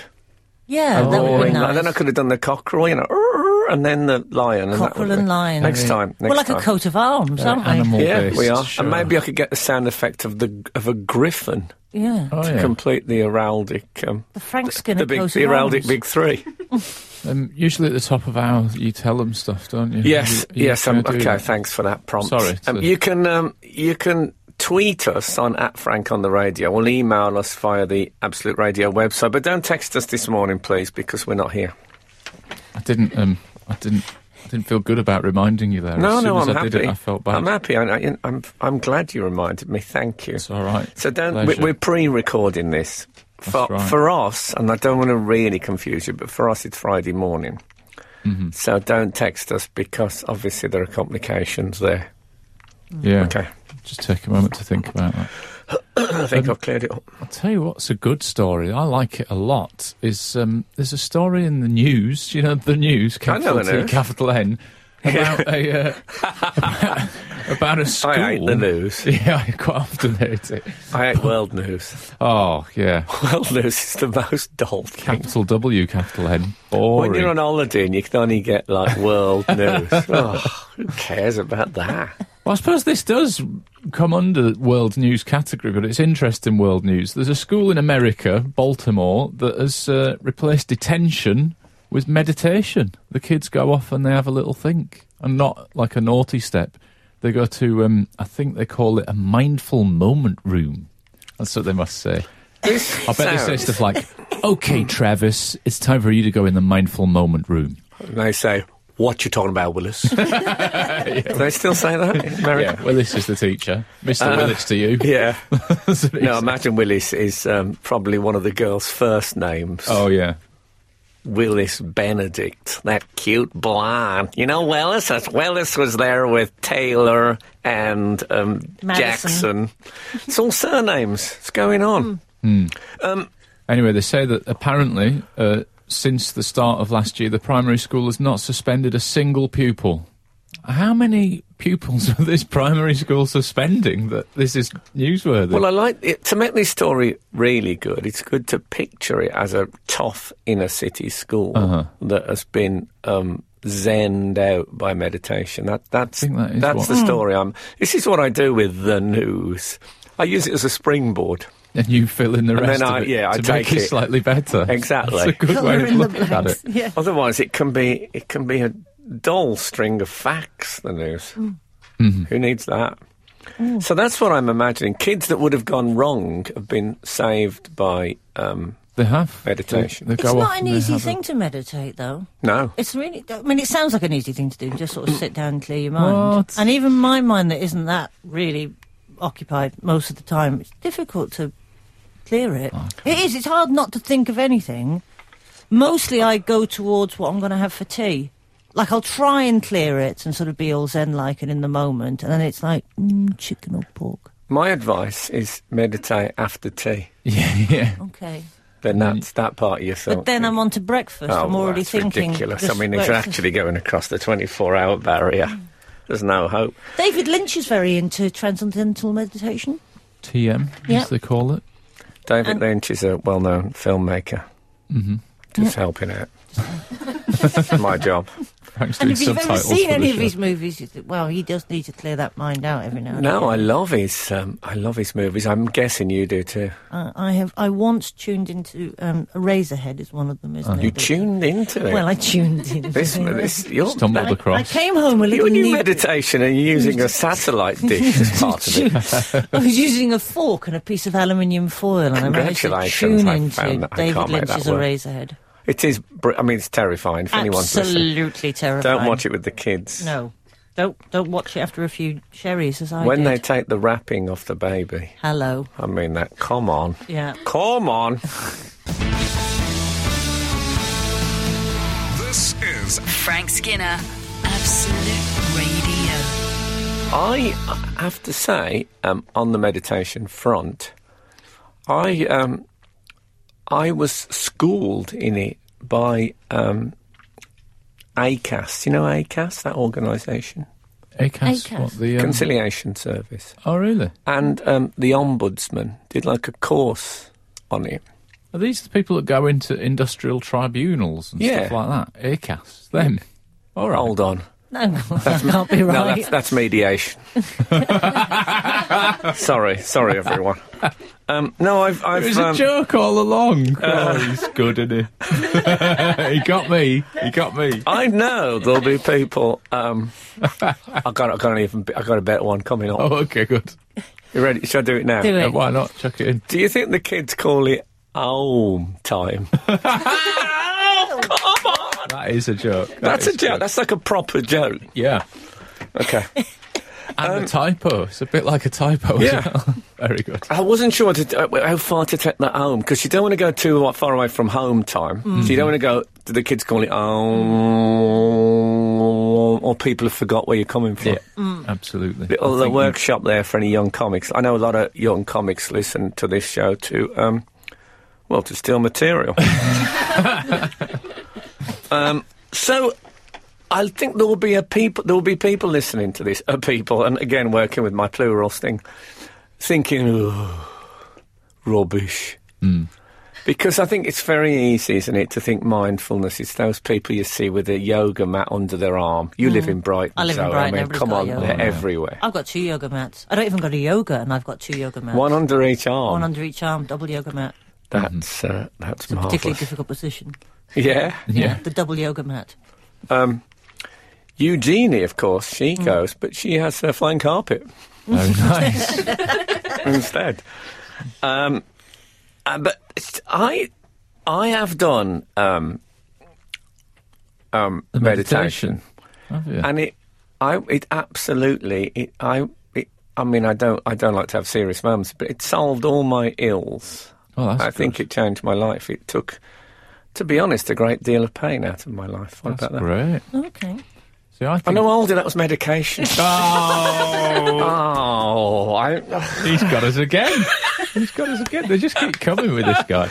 S3: Yeah.
S4: Oh,
S3: that would be
S2: roaring.
S3: nice.
S2: Then I could have done the cockerel, you know, "Rrrr," and then the lion. and that
S3: Cockerel
S2: would
S3: and
S2: be-
S3: lion.
S2: Next time. Next
S3: well, like a
S2: time.
S3: coat of arms, aren't they?
S4: (laughs) Animal
S2: Yeah,
S4: based
S2: we are.
S4: show.
S2: And maybe I could get the sound effect of the of a griffin
S3: Yeah.
S4: Oh,
S2: to
S4: yeah.
S2: complete the heraldic. Um,
S3: the Frank Skinner
S2: the big,
S3: coat
S2: the
S3: of
S2: heraldic
S3: arms.
S2: big three.
S4: Um, usually at the top of our, you tell them stuff, don't you?
S2: (laughs) Yes,
S4: You- you
S2: yes. Um,
S4: try to do
S2: okay,
S4: that.
S2: thanks for that prompt.
S4: Sorry
S2: Um,
S4: to-
S2: you can um, you can tweet us on at Frank on the radio or email us via the Absolute Radio website. But don't text us this morning, please, because we're not here.
S4: I didn't. Um, I didn't. I didn't feel good about reminding you there.
S2: no,
S4: as soon
S2: no,
S4: as
S2: I'm
S4: I
S2: happy.
S4: Did it, I felt bad.
S2: I'm happy. I, I, I'm I'm glad you reminded me. Thank you.
S4: It's all right.
S2: So don't we,
S4: Pleasure.
S2: we're pre-recording this for
S4: right.
S2: for us, and I don't want to really confuse you, but for us it's Friday morning. So don't text us because obviously there are complications there.
S4: yeah.
S2: Okay,
S4: Just take a moment to think about that.
S2: I think I've cleared it up.
S4: I'll tell you what's a good story. I like it a lot. Is um, there's a story in the news? You know the news,
S2: I know the
S4: capital T,
S2: news.
S4: capital N,
S2: (laughs)
S4: about a uh, (laughs) about a school.
S2: I hate the news.
S4: (laughs) Yeah, I quite often hate it.
S2: I hate world news.
S4: Oh yeah,
S2: (laughs) World news is the most dull thing.
S4: capital W, capital N. Boring.
S2: When you're on holiday and you can only get (laughs) like world news, oh, who cares about that?
S4: Well, I suppose this does come under the world news category, but it's interesting world news. There's a school in America, Baltimore, that has uh, replaced detention with meditation. The kids go off and they have a little think, and not like a naughty step. They go to, um, I think they call it a mindful moment room. That's what they must say.
S2: This
S4: I bet they say
S2: sounds-
S4: stuff like, "Okay, Travis, it's time for you to go in the mindful moment room."
S2: And they say, "What you talking about, (laughs) Willis?" Do they still say that in America?
S4: (laughs) Yeah, Willis is the teacher, Mr. Willis to you.
S2: Uh, Yeah.
S4: (laughs) That's what he
S2: No,
S4: said.
S2: imagine Willis is um, probably one of the girls' first names.
S4: Oh yeah.
S2: Willis Benedict, that cute blonde. You know Willis? That's- Willis was there with Taylor and um,
S3: Madison.
S2: Jackson. It's all surnames. What's going on?
S4: Anyway, they say that apparently, uh, since the start of last year, the primary school has not suspended a single pupil. How many pupils are this primary school suspending that this is newsworthy?
S2: Well, uh, I like it. To make this story really good, it's good to picture it as a tough inner city school
S4: Uh-huh.
S2: that has been um, zened out by meditation. That, that's
S4: think that is
S2: that's
S4: what- Hmm.
S2: the story. I'm. This is what I do with the news. I use it as a springboard.
S4: and you fill in the
S2: And
S4: rest
S2: then
S4: of
S2: I-
S4: it
S2: yeah, I
S4: to
S2: take
S4: make it,
S2: it.
S4: slightly better.
S2: Exactly.
S4: That's a good way
S3: Colour
S4: of
S3: in the
S4: looking at it.
S3: blanks. (laughs) Yeah.
S2: Otherwise, it can be it can be a dull string of facts. The news.
S4: Mm-hmm.
S2: Who needs that? So that's what I'm imagining. Kids that would have gone wrong have been saved by um,
S4: They have
S2: Meditation.
S4: They, they
S3: It's
S4: go
S3: not
S4: off
S3: an
S4: and they
S3: easy
S4: have a-
S3: thing to meditate, though.
S2: no.
S3: It's really. I mean, it sounds like an easy thing to do. Just sort of sit down and clear your mind.
S4: What?
S3: And even my mind that isn't that really occupied most of the time, it's difficult to clear it. It is. It's hard not to think of anything. Mostly, I go towards what I'm going to have for tea. Like I'll try and clear it and sort of be all zen-like and in the moment, and then it's like mm, chicken or pork.
S2: My advice is meditate after tea.
S4: (laughs) Yeah, yeah.
S3: Okay.
S2: Then
S4: Mm.
S2: that's that part of yourself.
S3: But then I'm on to breakfast.
S2: Oh,
S3: I'm already
S2: that's
S3: thinking.
S2: ridiculous. I
S3: just
S2: mean, it's
S3: breakfast.
S2: actually going across the 24-hour barrier.
S3: Mm.
S2: There's no hope.
S3: David Lynch is very into transcendental meditation.
S4: TM,
S3: Yeah.
S4: as they call it.
S2: David
S3: And-
S2: Lynch is a well-known filmmaker. Mm-hmm. Just helping out. My job.
S4: Frank's
S3: And
S4: doing
S3: if you've ever
S4: subtitles
S3: seen
S4: for
S3: any
S4: the
S3: of
S4: show.
S3: his movies, you think, well, he does need to clear that mind out every now and
S2: No, I
S3: then.
S2: love his. Um, I love his movies. I'm guessing you do too.
S3: Uh, I have. I once tuned into um, Razorhead. Is one of them, isn't it?
S2: Oh, You
S3: But-
S2: tuned into it.
S3: Well, I tuned
S2: (laughs)
S3: in.
S2: this, this, you're,
S4: stumbled
S2: that-
S3: I
S4: across.
S3: came home a little
S2: Your new
S3: knee-
S2: meditation and you're using a satellite dish as part of
S3: (laughs)
S2: it.
S3: I was using a fork and a piece of aluminium foil, and I managed to
S2: Congratulations,
S3: tune
S2: I found
S3: into
S2: that- I
S3: David
S2: can't make that
S3: Lynch's
S2: work.
S3: Razorhead.
S2: It is. Br- I mean, it's terrifying for anyone to listen.
S3: Absolutely terrifying.
S2: Don't watch it with the kids.
S3: No, don't don't watch it after a few sherries, as I
S2: When
S3: did.
S2: they take the wrapping off the baby,
S3: Hello.
S2: I mean that. Come on,
S3: Yeah.
S2: come on.
S5: This is
S1: Frank Skinner, Absolute Radio.
S2: I have to say, um, on the meditation front, I um, I was schooled in it by um, ACAS. You know ACAS, that organisation,
S4: ACAS, what the... Um,
S2: Conciliation Service,
S4: oh, really?
S2: and um, the Ombudsman did like a course on it.
S4: Are these the people that go into industrial tribunals and
S2: Yeah.
S4: stuff like that? ACAS, them. All right.
S2: Hold on.
S3: No, (laughs) that can't be
S2: No,
S3: right.
S2: that's, that's mediation. sorry, sorry, everyone. Um, no, I've, I've
S4: It was
S2: um, uh,
S4: a joke all along. oh, he's good, isn't he? (laughs) he got me. He got me.
S2: I know there'll be people. Um, I got, I got an even, I got a better one coming up.
S4: Oh, okay, good.
S2: You ready? Should I do it now?
S3: Do
S4: Yeah,
S3: it.
S4: why not? Chuck it in.
S2: Do you think the kids call it home time?
S4: That is a joke. That
S2: That's a
S4: is
S2: joke. That's like a proper joke.
S4: Yeah.
S2: Okay.
S4: And a typo. It's a bit like a typo.
S2: Um,
S4: as
S2: Yeah.
S4: well. (laughs) Very good.
S2: I wasn't sure to, uh, how far to take that home because you don't want to go too wa- far away from home time. So you don't want to go. Do the kids call it home? Or people have forgot where you're coming from.
S4: Yeah, absolutely.
S2: little
S4: I
S2: Oh, the
S4: think
S2: workshop there for any young comics. I know a lot of young comics listen to this show to, um, well, to steal material. (laughs) um, so I think there will be a people there will be people listening to this, uh, people, and again working with my
S4: Mm.
S2: plurals thing, thinking, "Ugh, rubbish. Because I think it's very easy, isn't it, to think mindfulness is those people you see with a yoga mat under their arm. You live in Brighton,
S3: Mm. I live in
S2: so
S3: Brighton,
S2: I mean,
S3: everybody's
S2: come
S3: got a
S2: on,
S3: yoga
S2: they're
S4: mat.
S2: everywhere.
S3: I've got two yoga mats. I don't even go to yoga, and I've got two yoga mats.
S2: One under each arm.
S3: One under each arm, double yoga mat.
S2: that's uh, that's
S3: Particularly
S2: marvellous.
S3: difficult position.
S2: Yeah.
S4: Yeah.
S3: The double yoga mat.
S2: Eugenie, of course, she goes, but she has a flying carpet (laughs)
S4: Oh, nice.
S2: instead. Um, uh, but it's- I, I have done um, um,
S4: The
S2: meditation.
S4: meditation. Have you?
S2: and it, I, it absolutely, it, I, it, I mean, I don't, I don't like to have serious moments, but it solved all my ills.
S4: Oh, that's
S2: I think
S4: good.
S2: it changed my life. It took, to be honest, a great deal of pain out of my life. What
S4: That's
S2: about that?
S4: great.
S3: Okay.
S4: See, I
S2: I
S4: think.
S2: know older. That was medication.
S4: (laughs) Oh,
S2: oh, I,
S4: he's got us again. He's got us again. They just keep coming with this guy.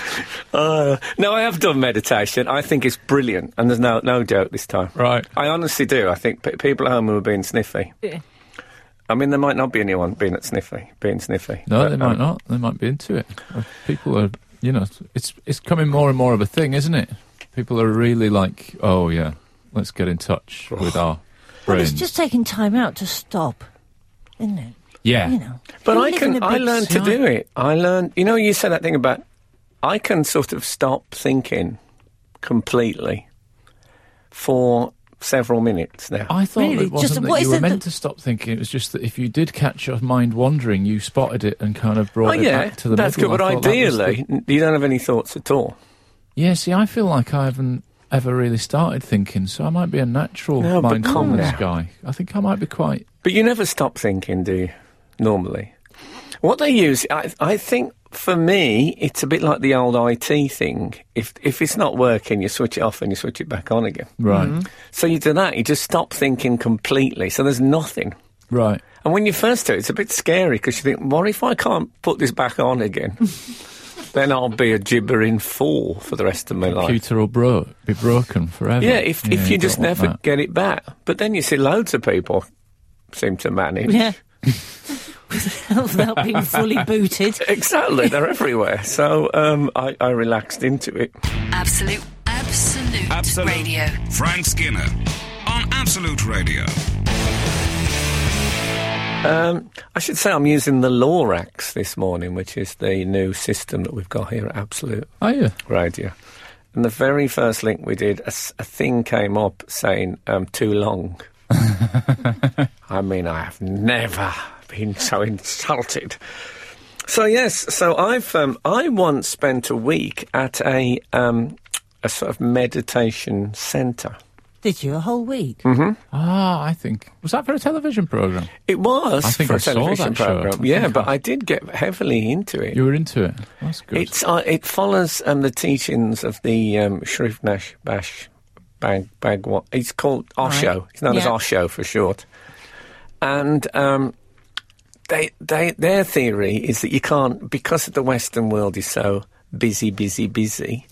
S2: Uh, no, I have done meditation. I think it's brilliant, and there's no no joke this time.
S4: Right.
S2: I honestly do. I think p- people at home who are being sniffy. I mean, there might not be anyone being at sniffy, being sniffy.
S4: No,
S2: but,
S4: they might
S2: um,
S4: not. They might be into it. Uh, People are, you know, it's it's coming more and more of a thing, isn't it? People are really like, oh yeah, let's get in touch with our
S3: (sighs) Well, it's
S4: brains.
S3: just taking time out to stop, isn't it?
S4: yeah,
S3: You know.
S2: But
S3: You
S2: I
S3: live in
S2: can.
S3: a
S2: I
S3: big
S2: learned to
S3: city.
S2: do it. I learned. You know, you said that thing about. I can sort of stop thinking completely for several minutes now. Oh,
S4: I thought
S3: Really,
S4: it
S3: just
S4: wasn't
S3: what
S4: that you
S3: is
S4: were
S3: it
S4: meant
S3: that-
S4: to stop thinking. It was just that if you did catch your mind wandering, you spotted it and kind of brought
S2: Oh,
S4: it
S2: yeah,
S4: back to the
S2: that's
S4: middle.
S2: good. But
S4: I thought that was the-
S2: ideally, n- you don't have any thoughts at all.
S4: yeah. See, I feel like I haven't ever really started thinking, so I might be a natural
S2: No, but come
S4: mindfulness
S2: now.
S4: guy. I think I might be quite.
S2: But you never stop thinking, do you? Normally. What they use, I, I think for me, it's a bit like the old IT thing. If, if it's not working, you switch it off and you switch it back on again.
S4: Right,
S2: So you do that, you just stop thinking completely. So there's nothing.
S4: right.
S2: And when you first do it, it's a bit scary because you think, what if I can't put this back on again? (laughs) then I'll be a gibbering fool for the rest of my life.
S4: Computer will bro- be broken forever.
S2: Yeah, if, if you
S4: don't
S2: just
S4: want
S2: never
S4: that.
S2: get it back. But then you see loads of people seem to manage.
S3: Yeah. (laughs) Without being fully booted.
S2: (laughs) Exactly, they're
S4: (laughs)
S2: everywhere. So um, I, I relaxed into it.
S1: Absolute, absolute,
S5: Absolute.
S1: radio.
S5: Frank Skinner on Absolute Radio.
S2: Um, I should say I'm using the Lorax this morning, which is the new system that we've got here at Absolute
S4: Are you?
S2: Radio. And the very first link we did, a, s- a thing came up saying um, too
S4: (laughs)
S2: long. I mean, I have never been so insulted. So yes, so I've um, I once spent a week at a um, a sort of meditation centre.
S3: Did you a whole week?
S2: Mm-hmm.
S4: Ah, I think was that for a television program?
S2: It was
S4: I think
S2: for
S4: I
S2: a
S4: saw
S2: television
S4: that show.
S2: program.
S4: I
S2: Yeah,
S4: think
S2: but
S4: I-
S2: I did get heavily into it.
S4: You were into it. That's good.
S2: It's uh, it follows um, the teachings of the um, Sharif Nash Bash Bag Bagwa. He's called Osho. He's known as
S3: Yeah.
S2: Osho for short. And um, they they their theory is that you can't because the Western world is so busy, busy, busy.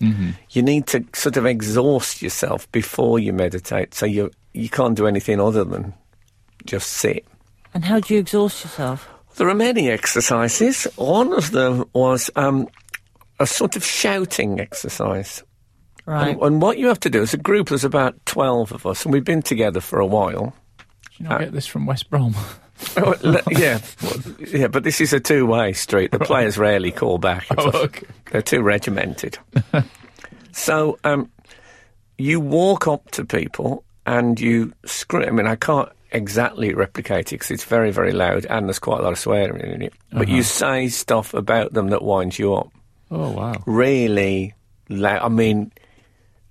S2: You need to sort of exhaust yourself before you meditate, so you you can't do anything other than just sit.
S3: And how do you exhaust yourself?
S2: There are many exercises. One of them was um, a sort of shouting exercise.
S3: Right.
S2: And, and what you have to do as a group, there's about 12 of us, and we've been together for a while. uh,
S4: Did you not get this from
S2: (laughs)
S4: West Brom?
S2: Oh, le- yeah, Well, yeah, but this is a two way street. The players rarely call back.
S4: okay.
S2: They're too regimented. so um, you walk up to people and you scream. I mean, I can't exactly replicate it because it's very, very loud and there's quite a lot of swearing in it. But you say stuff about them that winds you up.
S4: Oh wow.
S2: Really loud. I mean,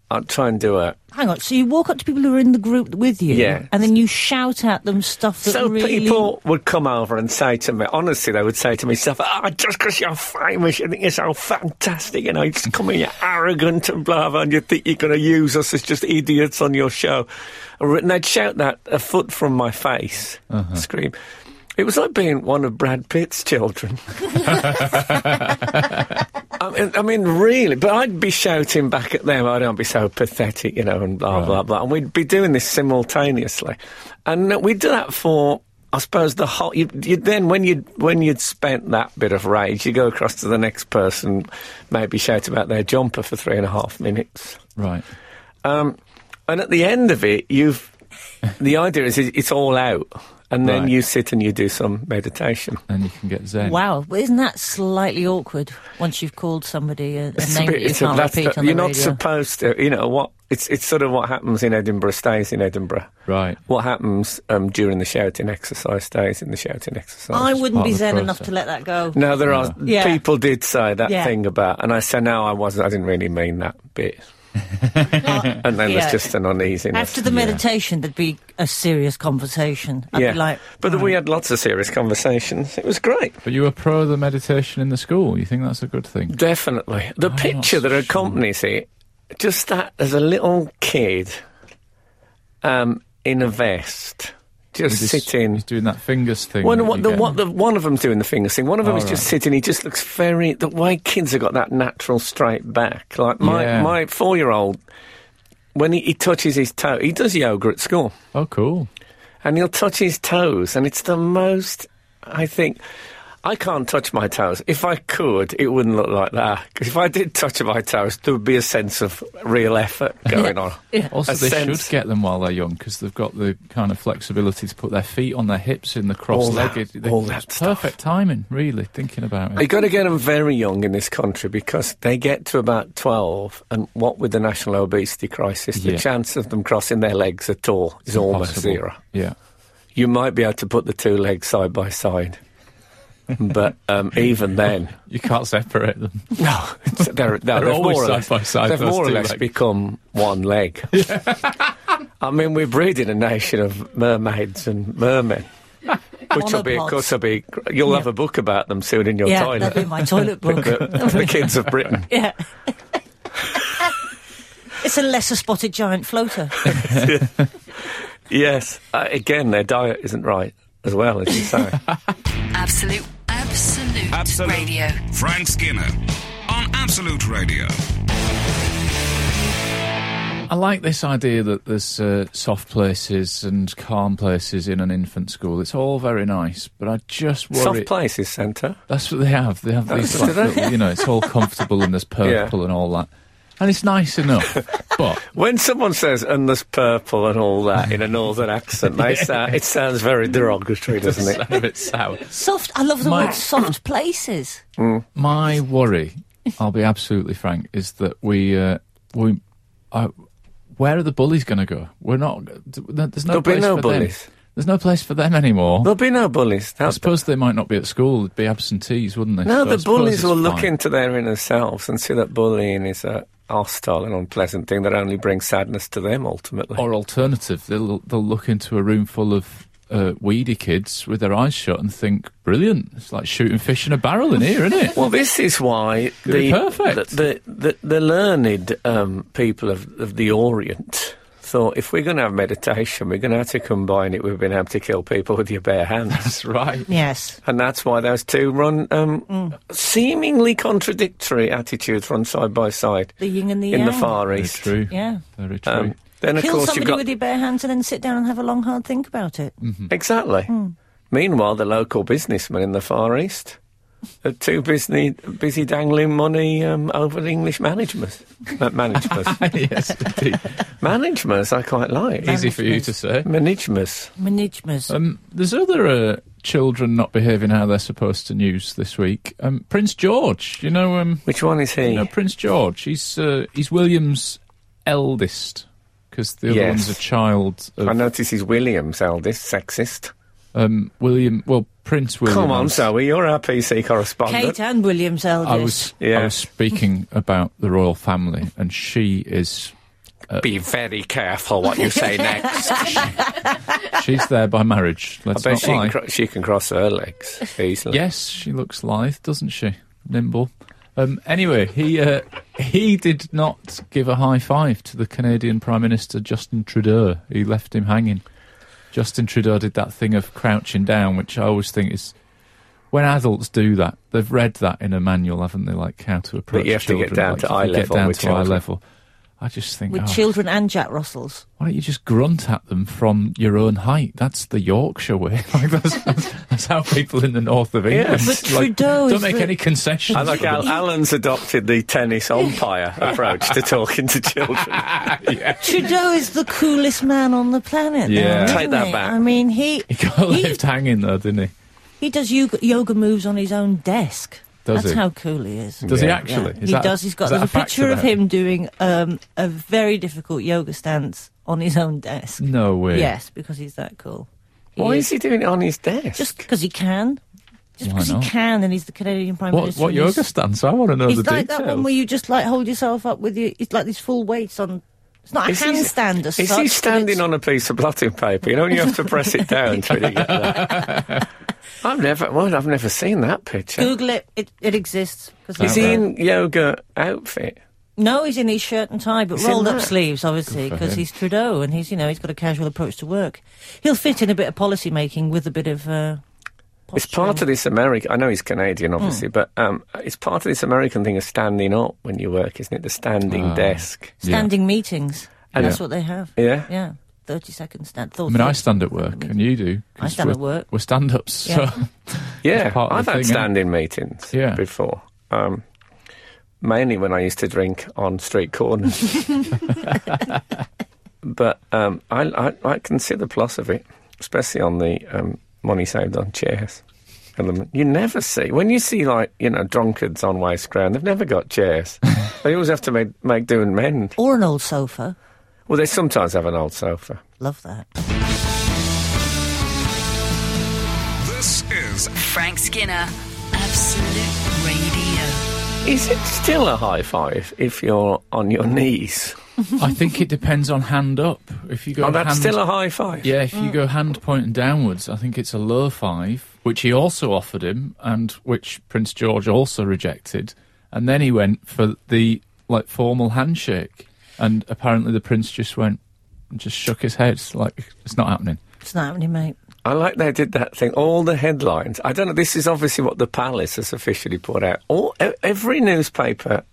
S2: I'll try and do a.
S3: Hang on. So you walk up to people who are in the group with you,
S2: Yeah.
S3: and then you shout at them stuff that
S2: So
S3: really.
S2: people would come over and say to me, honestly, they would say to me stuff, oh, just because you're famous, you think you're so fantastic, you know, you just come in, you're arrogant and blah, blah, and you think you're going to use us as just idiots on your show. And they'd shout that a foot from my face, scream. It was like being one of Brad Pitt's children. I mean, I mean, really, but I'd be shouting back at them, I don't be so pathetic, you know, and blah, blah, blah. And we'd be doing this simultaneously. And uh, we'd do that for, I suppose the whole you, you then when you when you'd spent that bit of rage, you go across to the next person, maybe shout about their jumper for three and a half minutes,
S4: Right.
S2: um, and at the end of it, you've the idea is it- it's all out, and then
S4: Right.
S2: you sit and you do some meditation.
S4: Then you can get Zen.
S3: Wow, well, isn't that slightly awkward once you've called somebody a, a
S2: It's a
S3: name
S2: bit-
S3: that you
S2: it's a-
S3: can't
S2: that's
S3: repeat
S2: the-
S3: on the
S2: you're
S3: radio?
S2: not supposed to. You know what? It's it's sort of what happens in Edinburgh stays in Edinburgh.
S4: Right.
S2: What happens um, during the shouting exercise stays in the shouting exercise.
S3: I wouldn't
S4: part
S3: be
S4: of the
S3: zen enough
S4: process.
S3: to let that (laughs) go.
S2: No, there are
S3: Yeah.
S2: people did say that
S3: Yeah.
S2: thing about, and I said no, I wasn't. I didn't really mean that bit. and then
S3: Yeah.
S2: there's just an uneasiness.
S3: After the meditation, there'd be a serious conversation. I'd
S2: yeah,
S3: be like, "Oh, um,
S2: but
S3: "Right."
S2: we had lots of serious conversations. It was great.
S4: But you were pro the meditation in the school. You think that's a good thing?
S2: Definitely. The
S4: not
S2: picture that
S4: sure.
S2: accompanies it, just that as a little kid um, in a vest, just
S4: He's-
S2: sitting.
S4: He's doing that fingers thing.
S2: One,
S4: that
S2: one,
S4: you
S2: the,
S4: get.
S2: one, the, one of them's doing the fingers thing. One of them
S4: All
S2: is just
S4: right.
S2: sitting. He just looks very. The way kids have got that natural straight back. Like my,
S4: Yeah.
S2: my four year old, when he, he touches his toe, he does yoga at school
S4: Oh, cool.
S2: and he'll touch his toes, and it's the most. I think I can't touch my toes. If I could, it wouldn't look like that. 'Cause if I did touch my toes, there would be a sense of real effort going on.
S4: Also,
S2: A
S4: they
S2: sense.
S4: should get them while they're young because they've got the kind of flexibility to put their feet on their hips in the cross-legged.
S2: that- all that
S4: it's
S2: stuff.
S4: perfect timing, really. Thinking about
S2: You
S4: it.
S2: got to get them very young in this country because they get to about twelve, and what with the national obesity crisis, the
S4: Yeah.
S2: chance of them crossing their legs at all is almost
S4: Possible.
S2: zero.
S4: Yeah.
S2: You might be able to put the two legs side by side, but um, even then.
S4: You can't separate them.
S2: No, it's- they're, no,
S4: They're
S2: they've
S4: always
S2: more or
S4: side
S2: less,
S4: by side,
S2: they've
S4: those
S2: more or
S4: two
S2: less
S4: legs.
S2: become one
S4: (laughs)
S2: leg. I mean, we're breeding a nation of mermaids and
S3: (laughs)
S2: mermen. Which will be, of
S3: Monopods.
S2: course, will be. You'll have a book about them soon in your
S3: yeah,
S2: toilet.
S3: that'd be
S2: (laughs)
S3: my toilet book. (laughs)
S2: the, the kids of Britain.
S3: yeah. (laughs) it's a lesser spotted giant floater.
S2: Yes, uh, again, their diet isn't right as well, as you say.
S1: Absolute, absolute,
S5: Absolute.
S1: radio.
S5: Frank Skinner on Absolute Radio.
S4: I like this idea that there's uh, soft places and calm places in an infant school. It's all very nice, but I just (laughs) worry.
S2: Soft places centre.
S4: That's what they have. They have these,
S2: do
S4: like,
S2: they?
S4: little, you know, it's all comfortable
S2: (laughs)
S4: and there's purple and all that, and it's nice enough. but (laughs)
S2: When someone says "and there's purple" and all that in a northern accent,
S4: (laughs)
S2: they sa- it sounds very derogatory, doesn't it?
S4: it's a bit sour.
S3: soft. I love the
S4: My-
S3: word soft places.
S4: My worry, I'll be absolutely frank, is that we uh, we uh, where are the bullies going to go? We're not. There's
S2: There'll
S4: no
S2: be
S4: place
S2: no
S4: for
S2: bullies.
S4: them. There's no place for them anymore.
S2: There'll be no bullies.
S4: I
S2: That's
S4: suppose they might not be at school. They'd be absentees, wouldn't they?
S2: No,
S4: So I
S2: the
S4: suppose
S2: bullies
S4: it's
S2: will look
S4: fine.
S2: into their inner selves and see that bullying is a hostile and unpleasant thing that only brings sadness to them ultimately.
S4: Or alternative, they'll they'll look into a room full of uh, weedy kids with their eyes shut and think, "Brilliant! It's like shooting fish in a barrel in
S2: (laughs)
S4: here, isn't it?"
S2: well, this is why the
S4: be perfect.
S2: the, the, the, the learned um, people of, of the Orient thought if we're going to have meditation, we're going to have to combine it with being able to kill people with your bare hands.
S4: That's right.
S3: Yes.
S2: and that's why those two run um,
S3: Mm.
S2: seemingly contradictory attitudes run side by side
S3: The yin and the
S2: in
S3: yang.
S2: the Far
S4: Very
S2: East.
S4: true.
S3: Yeah.
S4: Very true.
S2: Um, then, of
S3: Kill
S2: course, you've
S3: somebody
S2: got
S3: with your bare hands and then sit down and have a long, hard think about it.
S2: Exactly. Meanwhile, the local businessmen in the Far East are too busy, busy dangling money um, over the English management. Ma- managers.
S4: (laughs) yes,
S2: (laughs)
S4: indeed.
S2: managers, I quite like.
S4: Easy for you to say.
S2: Managers.
S3: Managmas.
S4: Um, there's other uh, children not behaving how they're supposed to news this week. Um, Prince George, you know, um,
S2: Which one is he?
S4: you know, Prince George. He's uh, he's William's eldest because the other
S2: Yes.
S4: one's a child
S2: I
S4: of
S2: notice he's William's eldest, sexist.
S4: um, William. Well, Prince William.
S2: Come
S4: I
S2: on,
S4: was-
S2: Zoe, you're our PC correspondent.
S3: Kate and William's eldest.
S4: I was
S2: Yeah.
S4: I was speaking about the royal family, and she is
S2: Be very careful what you say next.
S4: she's there by marriage.
S2: (laughs)
S4: Let's
S2: I bet
S4: not
S2: she can,
S4: lie.
S2: cro- she can cross her legs easily.
S4: Yes, she looks lithe, doesn't she? Nimble. Um, anyway, he uh, he did not give a high five to the Canadian Prime Minister Justin Trudeau. He left him hanging. Justin Trudeau did that thing of crouching down, which I always think is when adults do that. They've read that in a manual, haven't they? Like how to approach
S2: you have to get
S4: children,
S2: down
S4: like
S2: to
S4: if you
S2: eye
S4: get
S2: level
S4: down
S2: with
S4: to eye
S2: children.
S4: level. I just think,
S3: with
S4: oh,
S3: children and Jack Russells.
S4: why don't you just grunt at them from your own height? That's the Yorkshire way. (laughs) like that's, that's, that's how people in the north of England.
S2: But
S4: like,
S3: Trudeau
S4: don't
S3: is
S4: make
S3: the-
S4: any concessions.
S2: I like
S4: to them.
S2: Al- Alan's adopted the tennis umpire approach to talking to children.
S3: Trudeau is the coolest man on the planet.
S4: Yeah.
S3: now, isn't
S2: Take that
S3: he?
S2: back.
S3: I mean, he
S4: (laughs) (laughs) He got
S3: he,
S4: left hanging though, didn't he?
S3: he does yoga, yoga moves on his own desk.
S4: Does
S3: That's
S4: he?
S3: how cool he is.
S4: Does he
S2: Yeah.
S4: actually?
S3: Yeah,
S4: Is
S3: he
S4: that-
S3: does. He's got
S4: is that
S3: there's a
S4: fact
S3: picture of
S4: about it?
S3: him doing um, a very difficult yoga stance on his own desk.
S4: No way.
S3: Yes, because he's that cool.
S2: Why is he doing it on his desk?
S3: Just because he can. Just
S4: Why
S3: because
S4: not?
S3: he can, and he's the Canadian Prime
S4: What,
S3: Minister.
S4: what
S3: and
S4: yoga
S3: he's-
S4: stance? I want to know
S3: It's
S4: the
S3: like
S4: details.
S3: that one where you just like hold yourself up with your. It's like these full weights on. It's not a
S2: Is he-
S3: handstand as
S2: Is
S3: such,
S2: he
S3: but
S2: standing
S3: it's-
S2: on a piece of blotting paper? You know, you have to press it
S3: (laughs)
S2: down to really get there. I've never, well, I've never seen that picture.
S3: Google it. It, it exists. 'cause
S2: Is
S3: we-
S2: he in yoga outfit?
S3: No, he's in his shirt and tie, but
S2: He's in
S3: rolled up
S2: that.
S3: sleeves, obviously,
S4: Good for
S3: because
S4: him.
S3: he's Trudeau and he's you know he's got a casual approach to work. He'll fit in a bit of policy making with a bit of. Uh,
S2: It's part of this American. I know he's Canadian,
S3: Hmm.
S2: obviously, but um, it's part of this American thing of standing up when you work, isn't it? The standing
S4: Ah.
S2: desk.
S3: standing meetings. And
S2: Yeah.
S3: that's what they have.
S2: Yeah.
S3: Yeah. 30 second stand.
S4: I mean, I stand at work, and you do. 'cause
S3: stand at
S4: we're-
S3: work.
S4: We're stand-ups,
S3: Yeah.
S4: so (laughs)
S2: Yeah,
S4: It's part of
S2: I've
S4: the
S2: had
S4: thing, isn't it?
S2: standing meetings
S4: Yeah.
S2: before. Um, mainly when I used to drink on street corners. (laughs) but um, I, I, I can see the plus of it, especially on the um, money saved on chairs element. You never see, when you see like, you know, drunkards on waste ground, they've never got
S4: (laughs)
S2: chairs. they always have to make, make do and mend.
S3: Or an old sofa.
S2: Well, they sometimes have an old sofa.
S3: Love that.
S5: This is
S1: Frank Skinner, Absolute Radio.
S2: Is it still a high five if you're on your knees?
S4: I think it depends on hand up. If you go
S2: Oh, that's
S4: hand,
S2: still a high five.
S4: yeah, if you go hand pointing downwards, I think it's a low five, which he also offered him, and which Prince George also rejected. And then he went for the like formal handshake, and apparently the prince just went, just shook his head, like it's not happening.
S3: It's not happening, mate. (laughs)
S2: I like they did that thing. All the headlines. I don't know. This is obviously what the Palace has officially put out. All e- every newspaper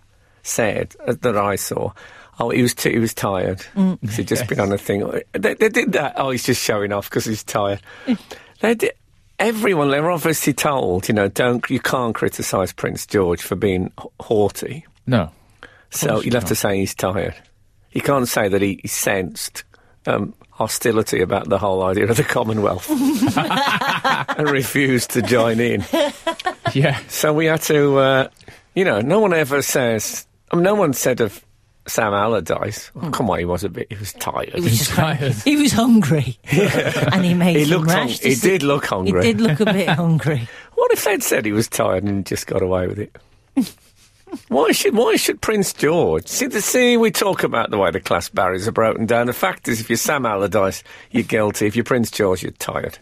S2: said uh, that I saw. Oh, he was t- he was tired. 'cause He'd just been on a thing. They, they did that. Oh, he's just showing off because he's tired. they did. Everyone, they were obviously told, you know, don't you can't criticise Prince George for being h- haughty.
S4: No,
S2: So
S4: course
S2: you'll
S4: you
S2: have to say he's tired. You can't say that he, he sensed um, hostility about the whole idea of the Commonwealth (laughs) and refused to join in.
S4: yeah, (laughs)
S2: So we had to, uh, you know, no one ever says. I mean, no one said of Sam Allardyce. "Oh, come on, he was a bit. He was tired.
S3: Hmm. He was just (laughs)
S4: tired.
S3: He
S2: (laughs)
S3: was hungry. and he made
S2: He
S3: some
S2: looked. hung-
S3: rash
S2: he
S3: deci-
S2: did look
S3: He
S2: hungry.
S3: did look a
S4: (laughs)
S3: bit hungry.
S2: What if they'd said he was tired and just got away with it? why should why should Prince George see the see we talk about the way the class barriers are broken down. The fact is if you're Sam Allardyce, you're guilty. If you're Prince George, you're tired.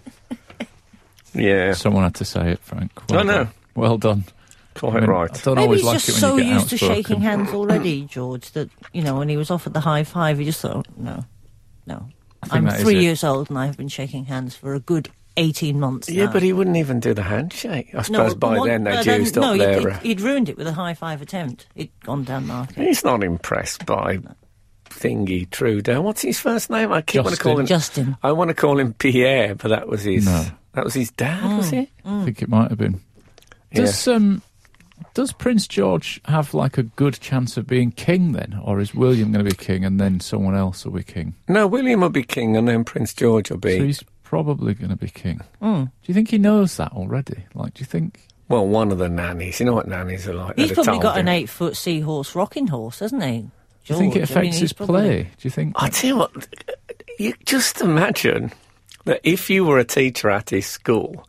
S2: Yeah.
S4: Someone had to say it, Frank. Well
S2: I know.
S4: Done. Well done.
S2: Quite
S4: I mean, I
S2: right.
S4: don't
S3: Maybe
S4: always
S3: he's
S4: like
S3: just
S4: it when
S3: so
S4: you get
S3: used to
S4: outspoken.
S3: shaking hands already, George, that, you know, when he was offered the high five, he just thought, "Oh, no, no.
S4: think
S3: I'm
S4: that is
S3: three
S4: it.
S3: years old and I've been shaking hands for a good 18 months
S2: Yeah,
S3: now.
S2: but he wouldn't even do the handshake. I
S3: No,
S2: suppose by
S3: one-
S2: then
S3: but
S2: they'd
S3: then-
S2: used
S3: no,
S2: up
S3: he'd-
S2: their.
S3: he'd,
S2: uh,
S3: he'd ruined it with a high five attempt. He'd gone down market.
S2: He's not impressed by Thingy Trudeau. What's his first name? I keep want to call
S4: Justin.
S2: him
S3: Justin.
S2: I want to call him Pierre, but that was his.
S4: No.
S2: That was his dad, was it?
S3: Hmm.
S4: I think it might have been. Does um, does Prince George have like a good chance of being king then, or is William going to be king and then someone else will be king?
S2: No, William will be king, and then Prince George will
S4: So
S2: be
S4: he's probably going to be king.
S3: Hmm.
S4: Do you think he knows that already? Like, do you think?
S2: well one of the nannies. You know what nannies are like.
S3: He's
S2: They'd have
S3: probably got
S2: told
S3: an
S2: him.
S3: eight foot seahorse rocking horse, hasn't he?
S4: Do you think it
S3: George? I mean,
S4: affects
S3: he's
S4: his
S3: probably-
S4: play? Do you think?
S2: I tell you what, you just imagine that if you were a teacher at his school,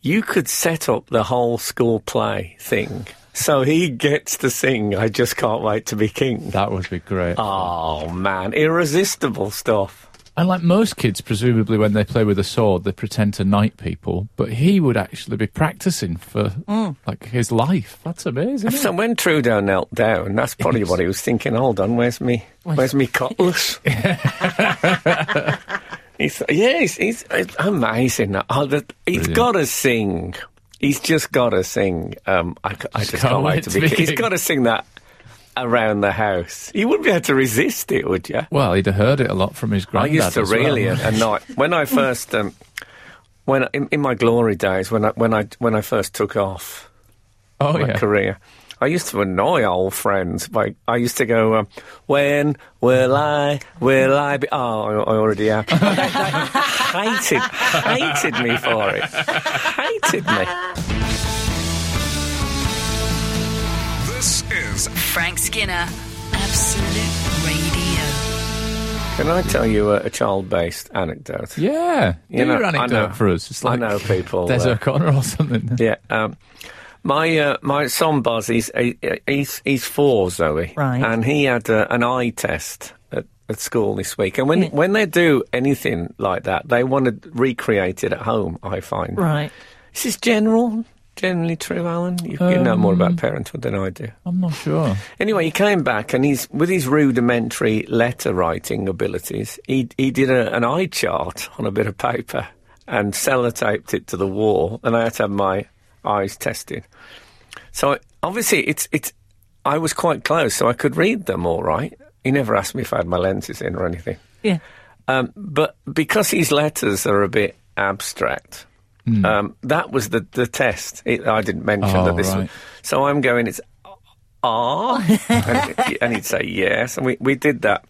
S2: you could set up the whole school play thing. So he gets to sing. I just can't wait to be king.
S4: that would be great.
S2: Oh man, irresistible stuff.
S4: And like most kids, presumably when they play with a sword, they pretend to knight people. But he would actually be practicing for
S3: Hmm.
S4: like his life. That's amazing. isn't it?
S2: So when Trudeau knelt down, that's probably what he was thinking. Hold on, where's me? Where's me
S4: (laughs)
S2: cutlass? he's, yeah, he's, he's, it's amazing. Oh, the, he's
S4: Brilliant.
S2: got to sing. He's just got to sing. Um, I, c- I just can't, wait to be. king. He's
S4: king.
S2: got to sing that. around the house. You wouldn't be able to resist it, would you?
S4: Well, he'd have heard it a lot from his
S2: I
S4: granddad.
S2: used to
S4: as well.
S2: really at, at night when I first um, when in, in my glory days when I when I when I first took off
S4: (laughs) Oh
S2: my
S4: yeah.
S2: career. I used to annoy old friends. By, I used to go, um, "When will I? Will I be?" Oh, I, I already am. They- they (laughs) hated, hated me for it. Hated me.
S5: This is
S1: Frank Skinner, Absolute Radio.
S2: Can I tell you a, a child-based anecdote?
S4: Yeah. Do
S2: You know,
S4: your
S2: I
S4: anecdote
S2: know.
S4: for us. It's
S2: I
S4: like
S2: know people,
S4: Des
S2: uh,
S4: O'Connor or (laughs) something.
S2: Yeah. Um, my uh, my son Buzz, he's he- he's he's four, Zoe,
S3: Right.
S2: And he had uh, an eye test at, at school this week. And when
S3: Yeah.
S2: when they do anything like that, they want to recreate it at home. I find
S3: Right.
S2: Is this general? Generally true, Alan. You, you
S3: Um,
S2: know more about parenthood than I do.
S4: I'm not sure.
S2: Anyway, he came back and he's with his rudimentary letter writing abilities. He he did a, an eye chart on a bit of paper and sellotaped it to the wall, and I had to have my eyes tested. So I- obviously, it's it's. I was quite close, so I could read them all right. He never asked me if I had my lenses in or anything.
S4: (laughs)
S3: Yeah.
S2: Um, but because his letters are a bit abstract, um, that was the, the test. It, I didn't mention
S4: Hmm. Oh,
S2: that this
S4: right.
S2: was. So I'm going, it's
S4: (laughs)
S2: R. and, and he'd say yes. And we, we did that.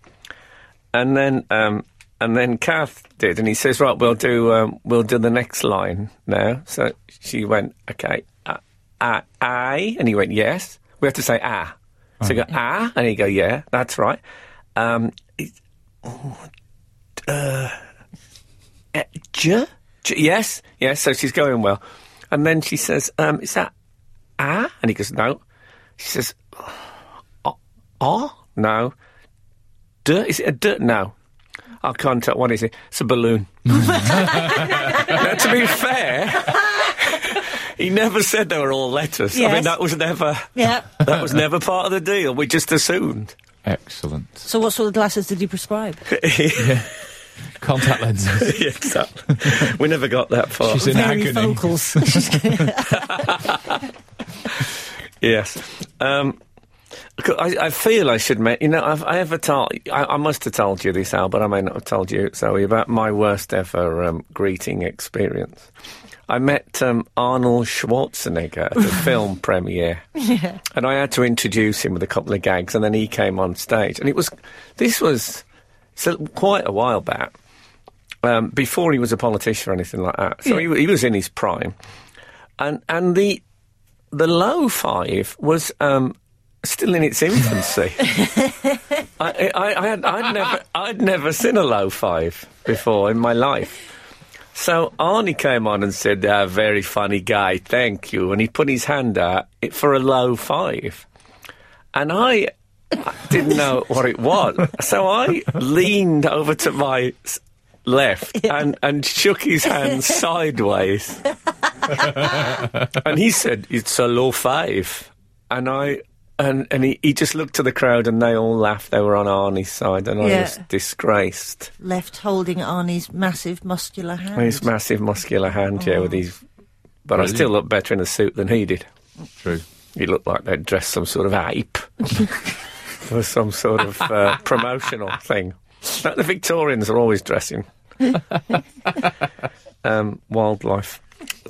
S2: And then. Um, and then Kath did, and he says, "Right, we'll do um, we'll do the next line now." So she went, "Okay, uh, uh, I," and he went, "Yes." We have to say "ah," so you go "ah," and he go, "Yeah, that's right." Um, Uh, J? J- Yes, yes. So she's going well, and then she says, um, "Is that ah?" And he goes, "No." She says, "Ah, "Ah, no." D? Is it a d? No. I can't tell. What is it? It's a balloon. (laughs) now, to be fair, (laughs) he never said they were all letters. I mean,
S3: Yes.
S2: that was never
S3: Yeah.
S2: that was never part of the deal. We just assumed.
S4: Excellent.
S3: So, what sort of glasses did you prescribe?
S4: Contact (laughs) lenses.
S2: Yeah, exactly. we never got that far.
S4: She's in
S3: Very (laughs)
S4: agony.
S3: vocals.
S2: Yes. Um, c- I, I feel I should, ma- you know, I've, I ever told, I, I must have told you this, Al, but I may not have told you, Zoe, about my worst ever um, greeting experience. I met um, Arnold Schwarzenegger at the film premiere, and I had to introduce him with a couple of gags, and then he came on stage, and it was, this was so quite a while back, um, before he was a politician or anything like that. So he he, he was in his prime, and and the the low five was um, still in its infancy. I, I, I had, I'd never, I'd never seen a low five before in my life. So Arnie came on and said, ah, "Very funny guy, thank you," and he put his hand out it for a low five, and I. didn't know what it was, so I leaned over to my s- left and, and shook his hand sideways. And he said, "It's a low five. and I and and he, he just looked to the crowd, and they all laughed. They were on Arnie's side, and I
S3: Yeah.
S2: was disgraced.
S3: Left holding Arnie's massive muscular hand.
S2: His massive muscular hand, yeah,
S3: Oh.
S2: with his. But I
S4: Brilliant.
S2: still looked better in a suit than he did.
S4: True.
S2: He looked like they'd dressed some sort of
S3: (laughs)
S2: ape for some sort of uh, promotional thing. Like the Victorians are always
S3: (laughs)
S2: dressing um, wildlife.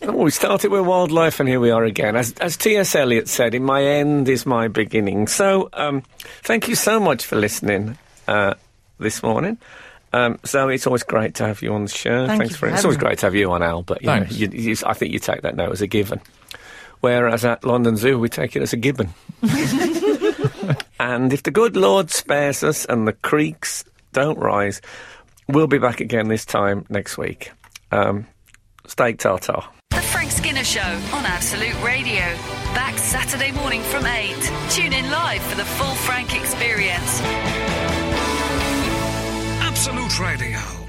S2: Oh, we started with wildlife, and here we are again. As, as T.S. Eliot said, "In my end is my beginning." So, um, thank you so much for listening uh, this morning. Um, Zoe, it's always great to have you on the show.
S3: Thank
S2: Thanks
S3: you
S2: for
S3: for
S2: it. It's
S3: having
S2: always
S3: me.
S2: great to have you on, Al. But you know,
S4: Thanks.
S2: you, you, I think you take that now as a given. Whereas at London Zoo, we take it as a gibbon. and if the good Lord spares us and the creeks don't rise, we'll be back again this time next week. Um, steak tartare.
S1: The Frank Skinner Show on Absolute Radio. Back Saturday morning from 8. Tune in live for the full Frank experience.
S5: Absolute Radio.